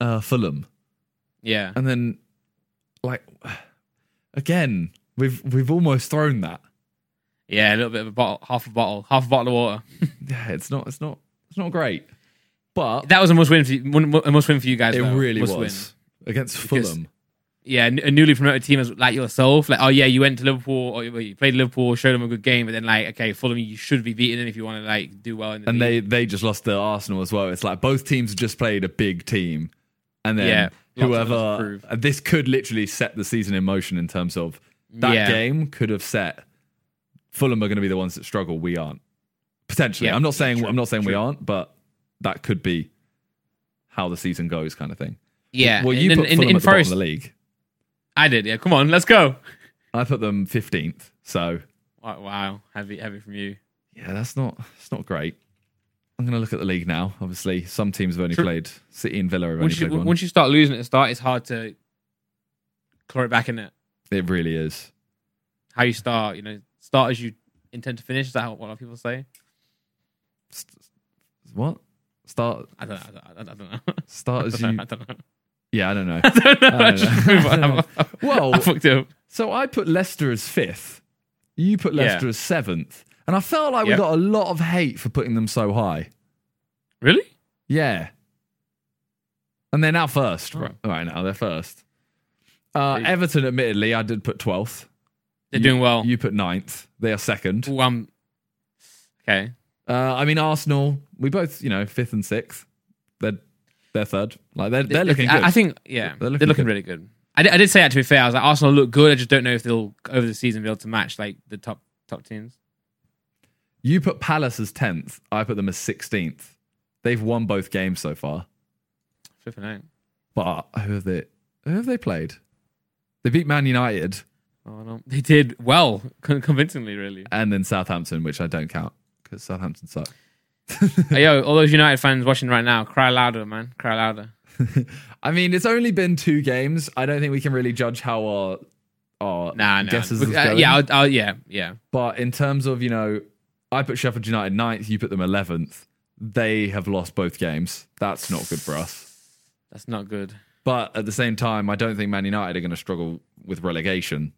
B: uh Fulham,
A: Yeah,
B: and then like again we've we've almost thrown that.
A: yeah, a little bit of a bottle, half a bottle, half a bottle of water.
B: Yeah, it's not it's not it's not great. But
A: That was a must win for you, one- a must win for you guys.
B: it
A: though.
B: really was
A: Must win.
B: against
A: Because-
B: Fulham.
A: yeah, n- a newly promoted team as like yourself, like oh yeah, you went to Liverpool or you- you played Liverpool, showed them a good game, but then like okay, Fulham, you should be beating them if you want to like do well in the
B: and
A: league.
B: they they just lost to Arsenal as well. It's like both teams just played a big team, and then
A: Yeah, lots of them to
B: whoever uh,
A: prove.
B: this could literally set the season in motion in terms of that
A: Yeah.
B: game could have set Fulham are going to be the ones that struggle. We aren't potentially.
A: Yeah,
B: I'm not saying
A: true,
B: I'm not saying we
A: true.
B: aren't, but that could be how the season goes, kind of thing.
A: yeah.
B: Well,
A: and
B: you
A: then
B: put
A: in,
B: Fulham
A: in
B: at the bottom of
A: Forest,
B: the league.
A: I did. Yeah, come on, let's go.
B: I put them 15th. So
A: Wow, wow, heavy, heavy from you.
B: yeah, that's not it's not great. I'm going to look at the league now. Obviously, some teams have only
A: True.
B: played City and Villa have only
A: Once you
B: played one.
A: once you start losing at the start, it's hard to claw it back in it.
B: It really is.
A: How you start, you know, start as you intend to finish. Is that what a lot of people say?
B: St- what start
A: I don't know. I don't, I don't know.
B: start as
A: I
B: you
A: don't know.
B: yeah i don't know
A: I don't know. I
B: I don't
A: just
B: know.
A: move on. I'm- I'm-
B: Well-
A: I fucked it up.
B: so i put leicester as fifth you put
A: Yeah.
B: leicester as seventh and i felt like
A: Yep.
B: we got a lot of hate for putting them so high
A: Really?
B: yeah and they're now first right, right now they're first uh,
A: Jeez.
B: everton admittedly i did put 12th
A: They're
B: You-
A: doing well.
B: you put ninth they are second
A: Ooh, I'm okay.
B: uh, i mean arsenal we both you know fifth and sixth they're they're third like they're, they're looking
A: I,
B: good
A: I think, yeah,
B: They're
A: they're
B: looking
A: looking,
B: good.
A: really good. I did, I did say that to be fair. I was like, Arsenal look good. I just don't know if they'll over the season be able to match like the top top teams.
B: You put Palace as 10th. I put them as 16th. They've won both games so far.
A: Flipping out.
B: But who have they, who have they played? They beat Man United
A: Oh no, they did well, con- convincingly, really.
B: and then Southampton, which I don't count because Southampton suck.
A: hey, yo, all those United fans watching right now, cry louder, man, cry louder.
B: I mean, it's only been two games. I don't think we can really judge how our our
A: Nah, nah.
B: guesses is
A: Uh,
B: going.
A: yeah, I'll, I'll, yeah, yeah.
B: But in terms of, you know, I put Sheffield United ninth, you put them 11th. They have lost both games. That's not good for us.
A: That's not good.
B: But at the same time, I don't think Man United are going to struggle with relegation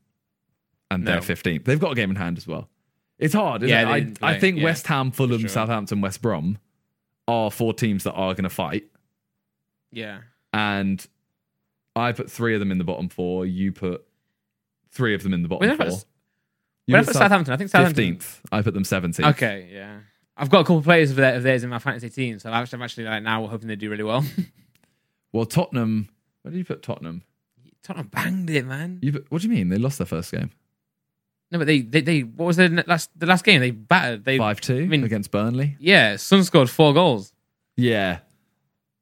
B: and
A: No.
B: they're 15th. They've got a game in hand as well. It's hard, isn't
A: Yeah,
B: it?
A: they
B: I,
A: didn't
B: I
A: play,
B: think
A: yeah,
B: West Ham, Fulham,
A: sure.
B: Southampton, West Brom are four teams that are going to fight.
A: Yeah,
B: And I put three of them in the bottom four. You put three of them in the bottom
A: Wait, I
B: four.
A: put-
B: You
A: Well,
B: put
A: for
B: South-
A: Southampton, I think Southampton.
B: 15th. I put them 17th.
A: Okay, yeah. I've got a couple of players of, their, of theirs in my fantasy team, so I'm actually, I'm actually like now hoping they do really well.
B: Well, Tottenham. Where did you put Tottenham?
A: Tottenham banged it, man.
B: You put, what do you mean? They lost their first game
A: No, but they, they, they what was their ne- last the last game? They battered. They
B: five two
A: mean-
B: against Burnley.
A: yeah. Sun scored four goals.
B: Yeah,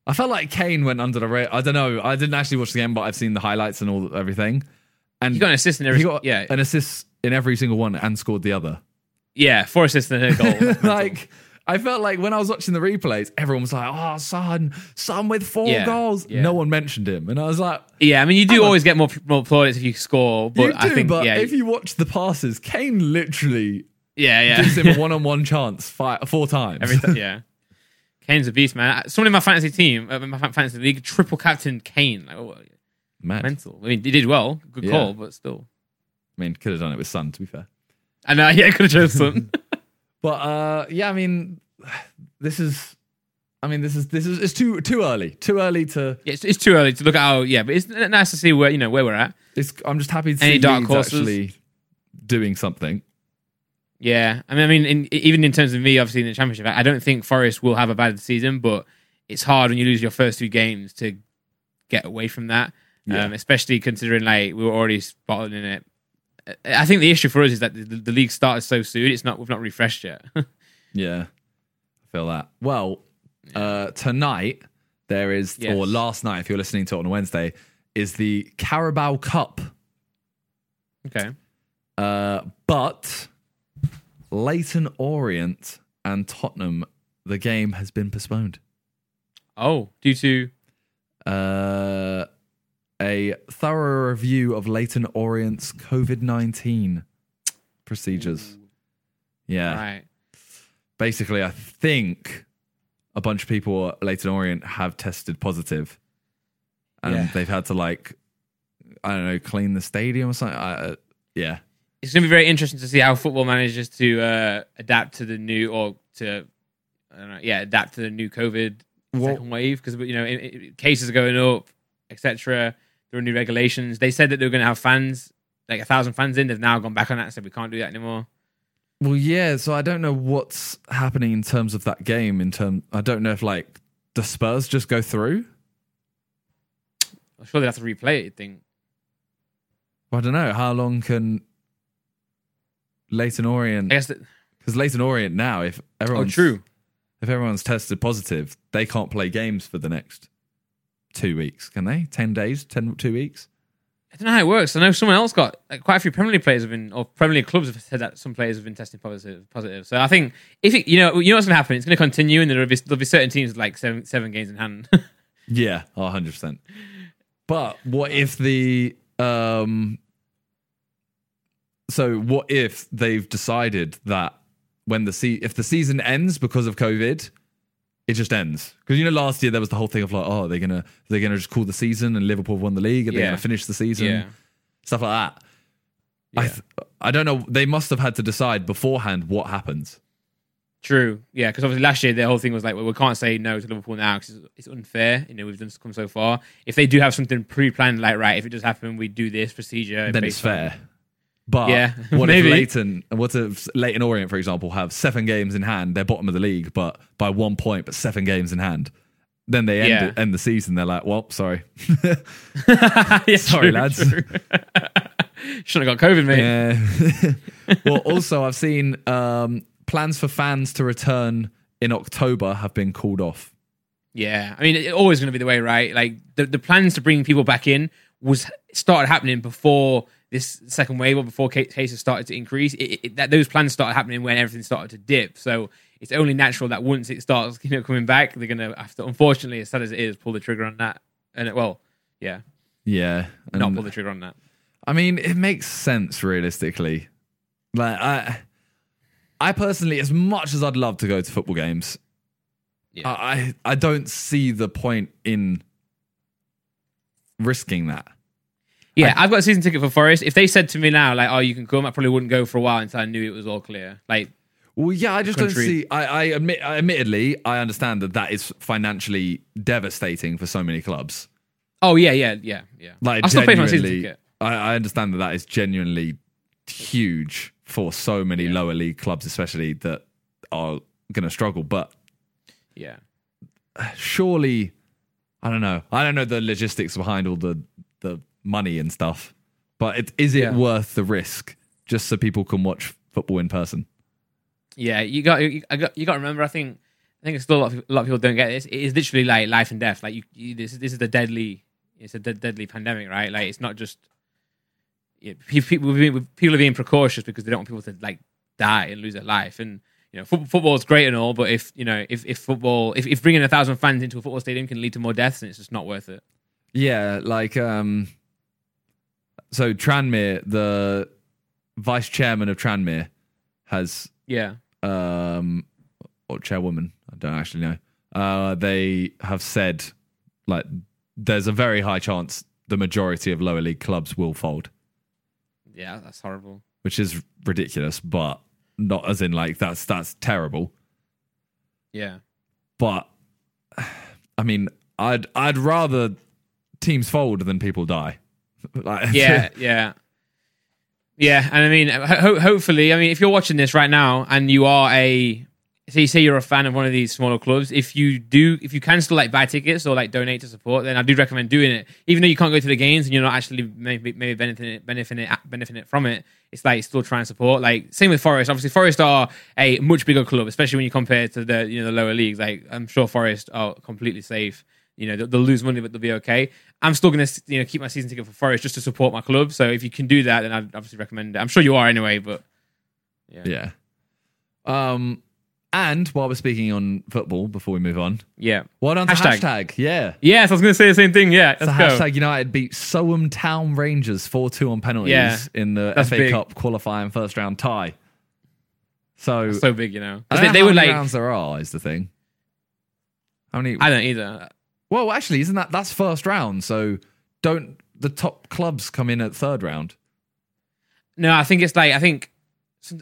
B: I felt like Kane went under the radar. I don't know. I didn't actually watch the game, but I've seen the highlights and all everything. And
A: He got an assist in
B: he
A: every.
B: got
A: yeah,
B: an assist in every single one and scored the other.
A: yeah, four assists and a goal.
B: like. I felt like when I was watching the replays, everyone was like, "Oh, Son, Son with four
A: Yeah,
B: goals."
A: yeah.
B: No one mentioned him, and I was like,
A: yeah, I mean you do
B: on.
A: always get more more plaudits if you score, but
B: "You do,
A: I think
B: but
A: yeah,
B: if you watch the passes, Kane literally
A: yeah, yeah,
B: gives him a one-on-one chance five, four times.
A: Every time, yeah. Kane's a beast, man. Someone in my fantasy team, uh, my fa- fantasy league, triple captain Kane. Like, oh,
B: Mad.
A: mental. I mean, he did well. Good
B: Yeah.
A: call, but still.
B: I mean, could have done it with Sun, to be fair.
A: I know. Yeah, could have chose some.
B: But uh, yeah, I mean, this is, I mean, this is this is it's too too early, too early to.
A: yeah, it's, it's too early to look at. how yeah, but it's n- nice to see where you know where we're at.
B: It's I'm just happy to
A: Any
B: see
A: dark
B: Leeds
A: horses?
B: actually doing something.
A: Yeah, I mean, I mean, in, e-, even in terms of me, obviously in the championship, I I don't think Forest will have a bad season, but it's hard when you lose your first two games to get away from that.
B: Yeah.
A: Um, especially considering like we were already spotted in it. I- I think the issue for us is that the, the league started so soon; it's not we've not refreshed yet.
B: Yeah, I feel that. Well, uh, tonight there is,
A: Yes.
B: or last night, if you're listening to it on Wednesday, is the Carabao Cup.
A: okay,
B: Uh, but Leighton Orient and Tottenham, the game has been postponed.
A: Oh, due to
B: uh, a thorough review of Leighton Orient's COVID 19 procedures. Yeah.
A: right.
B: Basically, I think a bunch of people at Leighton Orient have tested positive and
A: Yeah.
B: they've had to, like, I don't know, clean the stadium or something. I, uh, yeah.
A: It's going to be very interesting to see how football manages to uh, adapt to the new or to I don't know, yeah, adapt to the new COVID
B: Well-
A: second wave because you know in, in- cases are going up, etc. There are new regulations. They said that they were going to have fans, like a thousand fans in. They've now gone back on that and said we can't do that anymore.
B: Well, yeah. So I don't know what's happening in terms of that game. In term, I don't know if, like, the Spurs just go through.
A: I'm sure they have to replay it. I think
B: I don't know. How long can Leighton Orient.
A: I guess that.
B: Because Leighton Orient now, if
A: Oh,
B: everyone's
A: true.
B: if everyone's tested positive, they can't play games for the next two weeks, can they? Ten days, ten two weeks.
A: I don't know how it works. I know someone else got like quite a few Premier League players have been, or Premier League clubs have said that some players have been tested positive. Positive. So I think if it, you know, you know what's going to happen, it's going to continue, and there'll be there'll be certain teams with, like seven seven games in hand.
B: Yeah, hundred percent. But what if the um? So what if they've decided that when the se- if the season ends because of COVID, it just ends because you know last year there was the whole thing of like, oh, they're gonna they're gonna just call the season and Liverpool won the league and they're
A: Yeah.
B: gonna finish the season.
A: yeah.
B: stuff like that. I
A: Yeah.
B: th- I don't know. They must have had to decide beforehand what happens.
A: True. Yeah, because obviously last year the whole thing was like, well, we can't say no to Liverpool now because it's, it's unfair. You know, we've done come so far. If they do have something pre-planned, like right, if it does happen, we do this procedure.
B: Then
A: based
B: it's
A: on-
B: fair. But
A: Yeah,
B: what if
A: maybe.
B: Leighton? What if Leighton Orient, for example, have seven games in hand? They're bottom of the league, but by one point, but seven games in hand. Then they end
A: Yeah.
B: it, end the season. They're like, well, sorry.
A: yeah,
B: Sorry, lads.
A: Shouldn't have got COVID, mate.
B: Yeah. well, also I've seen um, plans for fans to return in October have been called off.
A: Yeah, I mean, it's always going to be the way, right? Like the, the plans to bring people back in was started happening before this second wave or before ca- cases started to increase. It, it, that those plans started happening when everything started to dip. So it's only natural that once it starts, you know, coming back, they're going to have to, unfortunately, as sad as it is, pull the trigger on that. And it, well, yeah,
B: Yeah,
A: not
B: and-
A: pull the trigger on that.
B: I mean, it makes sense realistically. Like I, I personally, as much as I'd love to go to football games,
A: Yeah.
B: I I I don't see the point in risking that.
A: Yeah, I, have got a season ticket for Forest. If they said to me now, like, "Oh, you can come," I probably wouldn't go for a while until I knew it was all clear. Like,
B: Well, yeah, I just
A: Country.
B: don't see. I, I admit, I, admittedly, I understand that that is financially devastating for so many clubs.
A: oh yeah, yeah, yeah, yeah.
B: Like,
A: I still paid my season
B: genuinely,
A: ticket.
B: I, I understand that that is genuinely huge for so many lower league clubs, especially that are going to struggle. But
A: Yeah,
B: surely I don't know. I don't know the logistics behind all the the money and stuff. But it, is it
A: Yeah.
B: worth the risk just so people can watch football in person?
A: yeah. You got, you I got, you got to remember. I think, I think still a lot, of, a lot of people don't get this. It is literally like life and death. Like, you, you this, this is the deadly. It's a dead, deadly pandemic, right? Like, it's not just. Yeah, pe- people, are being- people are being precautious because they don't want people to like die and lose their life. And you know, foot, football's great and all, but if you know, if, if football, if, if bringing a thousand fans into a football stadium can lead to more deaths, then it's just not worth it.
B: Yeah, like um so Tranmere, the vice chairman of Tranmere has
A: Yeah.
B: um, or chairwoman, I don't actually know. Uh, they have said like there's a very high chance the majority of lower league clubs will fold,
A: Yeah, that's horrible.
B: which is ridiculous, but not as in like that's that's terrible.
A: Yeah.
B: But I mean, I'd I'd rather teams fold than people die. Like,
A: Yeah, yeah. Yeah, and I mean, ho- hopefully, I mean, if you're watching this right now and you are a, say, say you're a fan of one of these smaller clubs, if you do, if you can still like buy tickets or like donate to support, then I do recommend doing it. Even though you can't go to the games and you're not actually maybe maybe benefiting benefiting benefiting from it, it's like still try and support. Like same with Forest. Obviously, Forest are a much bigger club, especially when you compare to the you know the lower leagues. Like I'm sure Forest are completely safe. You know they'll, they'll lose money, but they'll be okay. I'm still gonna you know keep my season ticket for Forest just to support my club. So if you can do that, then I'd obviously recommend it. I'm sure you are anyway, but
B: yeah. Um, and while we're speaking on football, before we move on,
A: yeah.
B: well done to
A: Hashtag.
B: hashtag. Yeah.
A: Yes, I was going to say the same thing. Yeah,
B: So
A: let's go.
B: hashtag United beat Soham Town Rangers 4 2 on penalties
A: Yeah,
B: in the
A: that's
B: FA
A: big.
B: Cup qualifying first round tie. So,
A: so big, you know.
B: I don't
A: They,
B: know
A: they
B: how
A: were
B: many
A: like,
B: rounds there are, is the thing. How many?
A: I don't either.
B: well, actually, isn't that that's first round? So don't the top clubs come in at third round?
A: No, I think it's like I think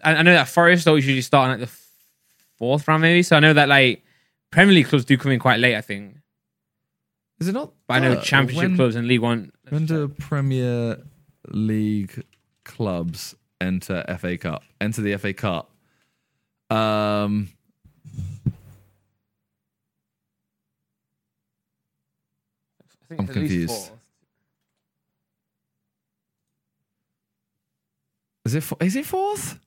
A: I I know that Forest always usually start on like the f- fourth round maybe. So I know that like Premier League clubs do come in quite late. I think,
B: Is it not?
A: but I know
B: third?
A: Championship
B: Uh, When-
A: clubs and League One.
B: When do Premier League clubs enter FA Cup? Enter the FA Cup. Um,
A: I think
B: I'm
A: it's at least
B: confused.
A: fourth.
B: is it fo- is it fourth?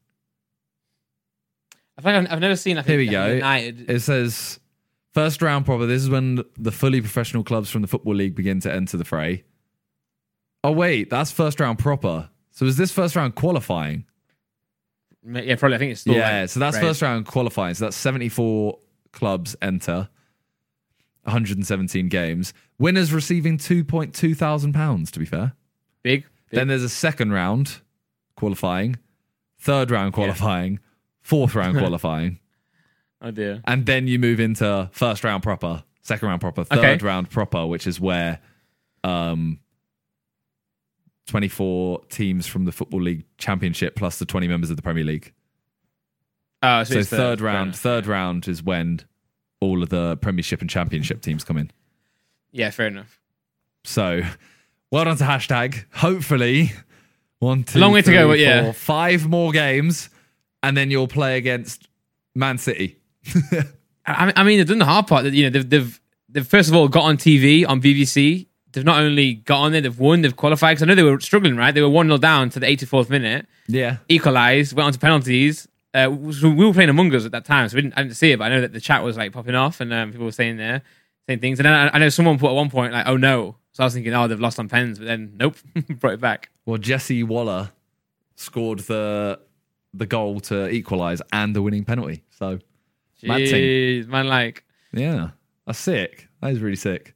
A: I think I've, I've never seen. I
B: Here
A: think,
B: we
A: I
B: go.
A: think United.
B: It says first round proper. This is when the fully professional clubs from the football league begin to enter the fray. Oh wait, that's first round proper. So is this first round qualifying?
A: yeah, probably. I think it's still
B: yeah.
A: like,
B: so that's
A: right.
B: first round qualifying. So that's seventy four clubs enter. 117 games. Winners receiving 2.2 thousand pounds. To be fair,
A: Big. big.
B: then there's a second round qualifying, third round qualifying, fourth round qualifying.
A: oh dear.
B: and then you move into first round proper, second round proper, third
A: Okay.
B: round proper, which is where um 24 teams from the football league championship plus the 20 members of the Premier League.
A: Oh,
B: So,
A: it's
B: third, round, third round is when all of the Premiership and Championship teams come in.
A: Yeah, fair enough.
B: So, well done to hashtag. Hopefully, one, two,
A: long way to
B: three,
A: go, but yeah.
B: four, five more games, and then you'll play against Man City.
A: I, I mean, they've done the hard part. That you know, they've, they've they've first of all got on TV on BBC. They've not only got on there, they've won, they've qualified. Because I know they were struggling, right? They were one 0 down to the eighty fourth minute,
B: Yeah.
A: equalised, went on to penalties, uh, so we were playing Among Us at that time, so we didn't, I didn't see it, but I know that the chat was like popping off and um, people were saying there, saying things. And then I, I know someone put at one point like, "Oh no," so I was thinking, "Oh, they've lost on pens," but then nope, brought it back.
B: Well, Jesse Waller scored the the goal to equalise and the winning penalty. So Mad team.
A: Jeez, man, like,
B: yeah, that's sick. That is really sick.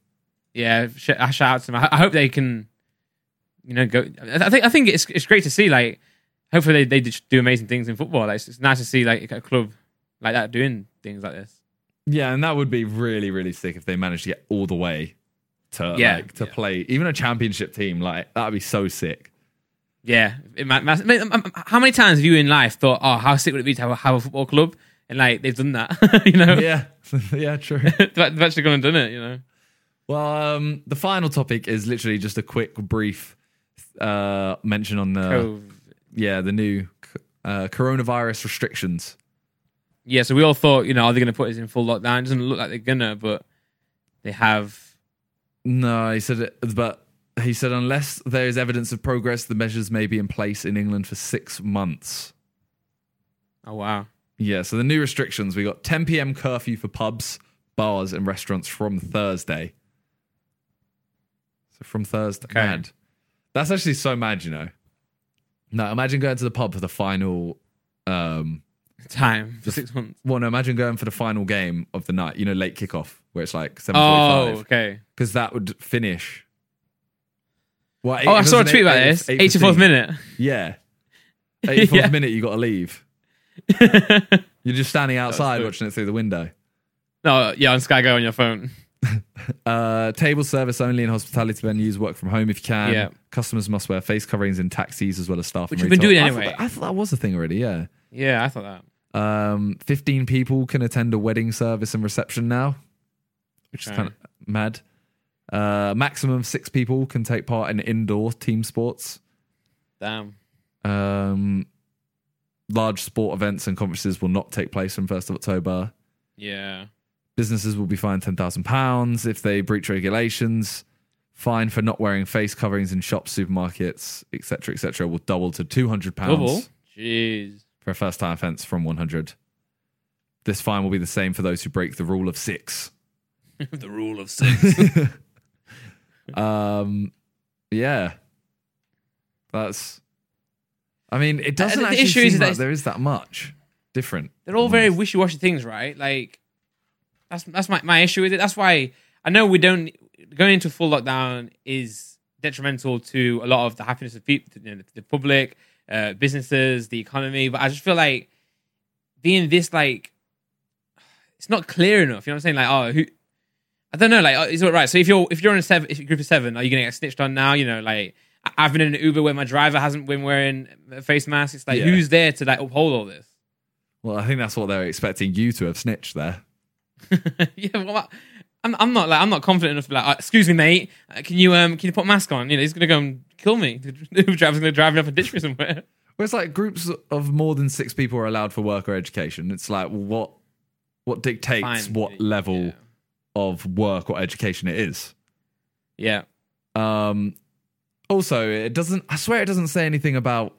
A: yeah, sh- I shout out to them. I, I hope they can, you know, go. I I think I think it's it's great to see. Like, hopefully they they just do amazing things in football. Like, it's, it's nice to see like a club like that doing things like this.
B: Yeah, and that would be really really sick if they managed to get all the way to
A: Yeah.
B: like, to
A: Yeah.
B: play even a championship team. Like that would be so sick.
A: Yeah, it might, might- I mean, um, um, how many times have you in life thought, "Oh, how sick would it be to have a, have a football club?" And like they've done that, you know.
B: Yeah, yeah, true.
A: they've they've actually gone and done it, you know.
B: Well, um, the final topic is literally just a quick, brief uh, mention on the
A: Oh,
B: yeah the new uh, coronavirus restrictions.
A: yeah, so we all thought, you know, are they going to put us in full lockdown? It doesn't look like they're gonna, but they have.
B: No, he said, it, but he said unless there is evidence of progress, the measures may be in place in England for six months.
A: Oh wow,
B: Yeah, so the new restrictions we got 10 p.m. curfew for pubs, bars, and restaurants from Thursday. So from Thursday,
A: Okay.
B: mad. That's actually so mad, you know. No, imagine going to the pub for the final. Um,
A: time for six months.
B: well, no, imagine going for the final game of the night. You know, late kickoff where it's like seven
A: Oh,
B: forty-five
A: okay.
B: because that would finish. Well,
A: Oh, I saw a tweet about this. 84th minute.
B: Yeah, eighty-fourth
A: Yeah.
B: minute. You got to leave. You're just standing outside
A: good.
B: watching it through the window.
A: no, Oh, yeah, on Sky Go on your phone.
B: Uh, table service only in hospitality venues. Work from home if you can.
A: Yeah.
B: Customers must wear face coverings in taxis as well as staff.
A: Which
B: and
A: we've been doing
B: retail- I thought
A: anyway.
B: that- I thought that was a thing already. Yeah.
A: Yeah, I thought that.
B: Um, Fifteen people can attend a wedding service and reception now, which is
A: Okay.
B: kind of mad. Uh, maximum six people can take part in indoor team sports.
A: Damn.
B: Um, large sport events and conferences will not take place from first of October.
A: Yeah.
B: Businesses will be fined ten thousand pounds if they breach regulations. Fine for not wearing face coverings in shops, supermarkets, etc., etc., will double to two hundred
A: Double.
B: pounds
A: Jeez.
B: for a first-time offence from one hundred. This fine will be the same for those who break the rule of six.
A: the rule of six.
B: Um, yeah, that's. I mean, it doesn't
A: the
B: actually
A: issue is
B: seem
A: that
B: like
A: it's-
B: there is that much different.
A: They're all very wishy-washy things, right? Like, that's that's my, my issue with it. That's why I know we don't going into full lockdown is detrimental to a lot of the happiness of people, you know, the, the public, uh, businesses, the economy. But I just feel like being this like, it's not clear enough. You know what I'm saying? Like, oh, who? I don't know. Like, oh, is it right? So if you're if you're in a seven, if you're a group of seven, are you gonna get snitched on now? You know, like I- I've been in an Uber where my driver hasn't been wearing a face mask. It's like
B: Yeah.
A: who's there to like uphold all this?
B: Well, I think that's what they're expecting you to have snitched there.
A: yeah, well, I- I'm, I'm not like I'm not confident enough to be like, "Uh, excuse me, mate. uh, Can you um can you put a mask on? You know, he's gonna go and kill me. The Uber driver's gonna drive me up and ditch me somewhere.
B: Whereas like groups of more than six people are allowed for work or education. It's like well, what what dictates
A: Fine.
B: what level
A: Yeah.
B: of work or education it is.
A: Yeah.
B: Um, also, it doesn't. I swear it doesn't say anything about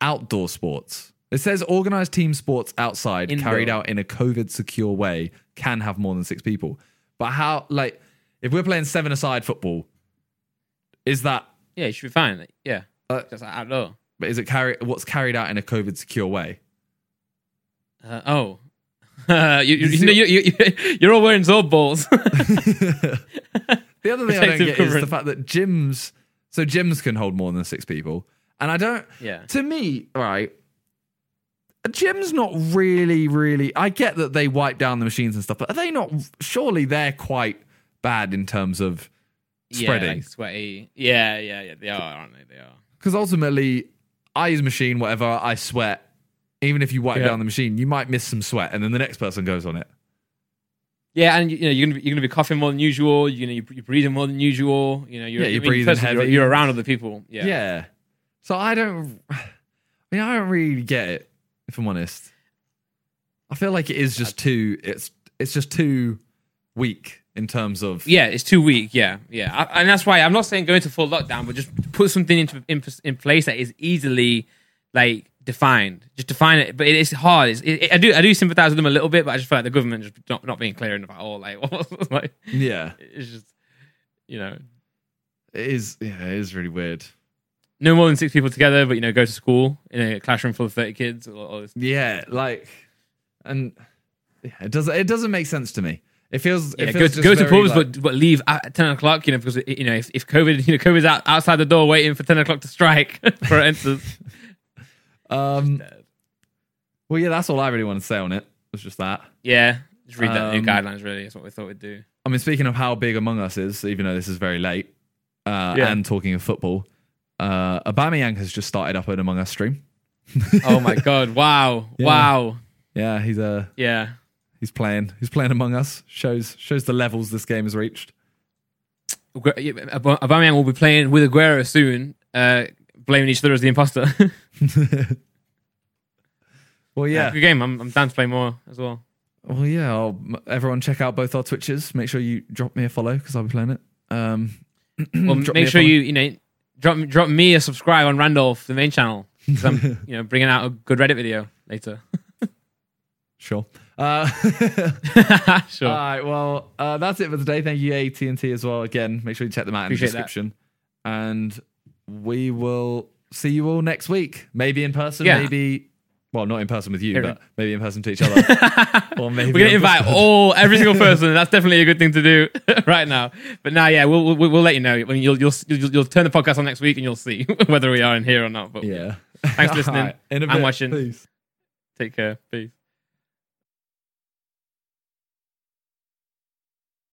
B: outdoor sports. It says organized team sports outside
A: Indoor.
B: carried out in a COVID secure way can have more than six people. But how? Like, if we're playing seven aside football, is that
A: Yeah, you should be fine. Like, yeah,
B: Uh,
A: just like, outdoor.
B: is it carry? What's carried out in a COVID secure way?
A: Uh, oh, uh, you, you,
B: You see
A: you, know, you, you you're all wearing zorb balls.
B: The other thing I
A: Protective
B: don't get is the
A: covering.
B: fact that gyms, so gyms can hold more than six people, and I don't.
A: yeah,
B: To me, right, a gym's not really, really. I get that they wipe down the machines and stuff, but are they not? Surely they're quite bad in terms of
A: yeah,
B: spreading.
A: like sweaty. Yeah, yeah, yeah. They are, aren't they? They are.
B: because ultimately, I use machine, whatever. I sweat. Even if you wipe
A: Yeah.
B: down the machine, you might miss some sweat, and then the next person goes on it.
A: Yeah, and you know you're gonna be, you're gonna be coughing more than usual. You know you, you're breathing more than usual. You know you're,
B: Yeah, you're
A: I mean,
B: breathing
A: first of all,
B: heavy.
A: You're, you're around other people.
B: Yeah. So I don't. I mean, I don't really get it. If I'm honest, I feel like it is just too. It's it's just too weak in terms of.
A: Yeah, it's too weak. Yeah, yeah, I, and that's why I'm not saying go into full lockdown, but just put something into in, in place that is easily like defined. Just define it, but it, it's hard. It's, it, I do I do sympathize with them a little bit, but I just feel like the government just not, not being clear enough at all. Like, like
B: Yeah.
A: it's just you know,
B: It is yeah, it is really weird.
A: no more than six people together, but you know, go to school in a classroom full of thirty kids. Or, or this.
B: Yeah, like and yeah, it doesn't it doesn't make sense to me. It feels
A: Yeah,
B: it
A: go
B: feels
A: to, go
B: just
A: to
B: very,
A: pubs,
B: like-
A: but but leave at ten o'clock. You know, because you know if, if COVID, you know, COVID's out, outside the door waiting for ten o'clock to strike for instance.
B: um Well yeah, that's all I really want to say on it. It's just that.
A: Yeah, just read that new
B: Um,
A: guidelines. Really, that's what we thought we'd do.
B: I mean, speaking of how big Among Us is, even though this is very late, uh,
A: Yeah.
B: and talking of football, uh, Aubameyang has just started up an Among Us stream.
A: Oh my god! Wow!
B: Yeah.
A: Wow!
B: Yeah, he's uh,
A: Yeah.
B: he's playing. He's playing Among Us. shows shows the levels this game has reached.
A: Agu- yeah, Aub- Aubameyang will be playing with Aguero soon, uh, blaming each other as the imposter.
B: Well, yeah.
A: good game. I'm, I'm down to play more as well.
B: Well, yeah. I'll, everyone, check out both our Twitches. Make sure you drop me a follow because I'll be playing it. Um,
A: Well,
B: Drop me
A: make
B: a
A: sure
B: follow.
A: you you know drop drop me a subscribe on Randolph the main channel. 'cause I'm you know bringing out a good Reddit video later.
B: sure. Uh,
A: sure.
B: All right. Well, uh, that's it for today. Thank you, AT and T, as well. Again, make sure you check them out in the
A: Appreciate that.
B: description. And we will see you all next week. Maybe in person.
A: Yeah.
B: Maybe. Well, not in person with you,
A: Here we-
B: but maybe in person to each other. or maybe
A: We're gonna
B: on
A: invite all every single person. That's definitely a good thing to do right now. But now, yeah, we'll we'll, we'll let you know. I mean, you'll, you'll you'll you'll turn the podcast on next week and you'll see whether we are in here or not. But
B: Yeah.
A: thanks for listening.
B: All right, in a
A: I'm
B: bit,
A: watching.
B: Peace.
A: Take care. Peace.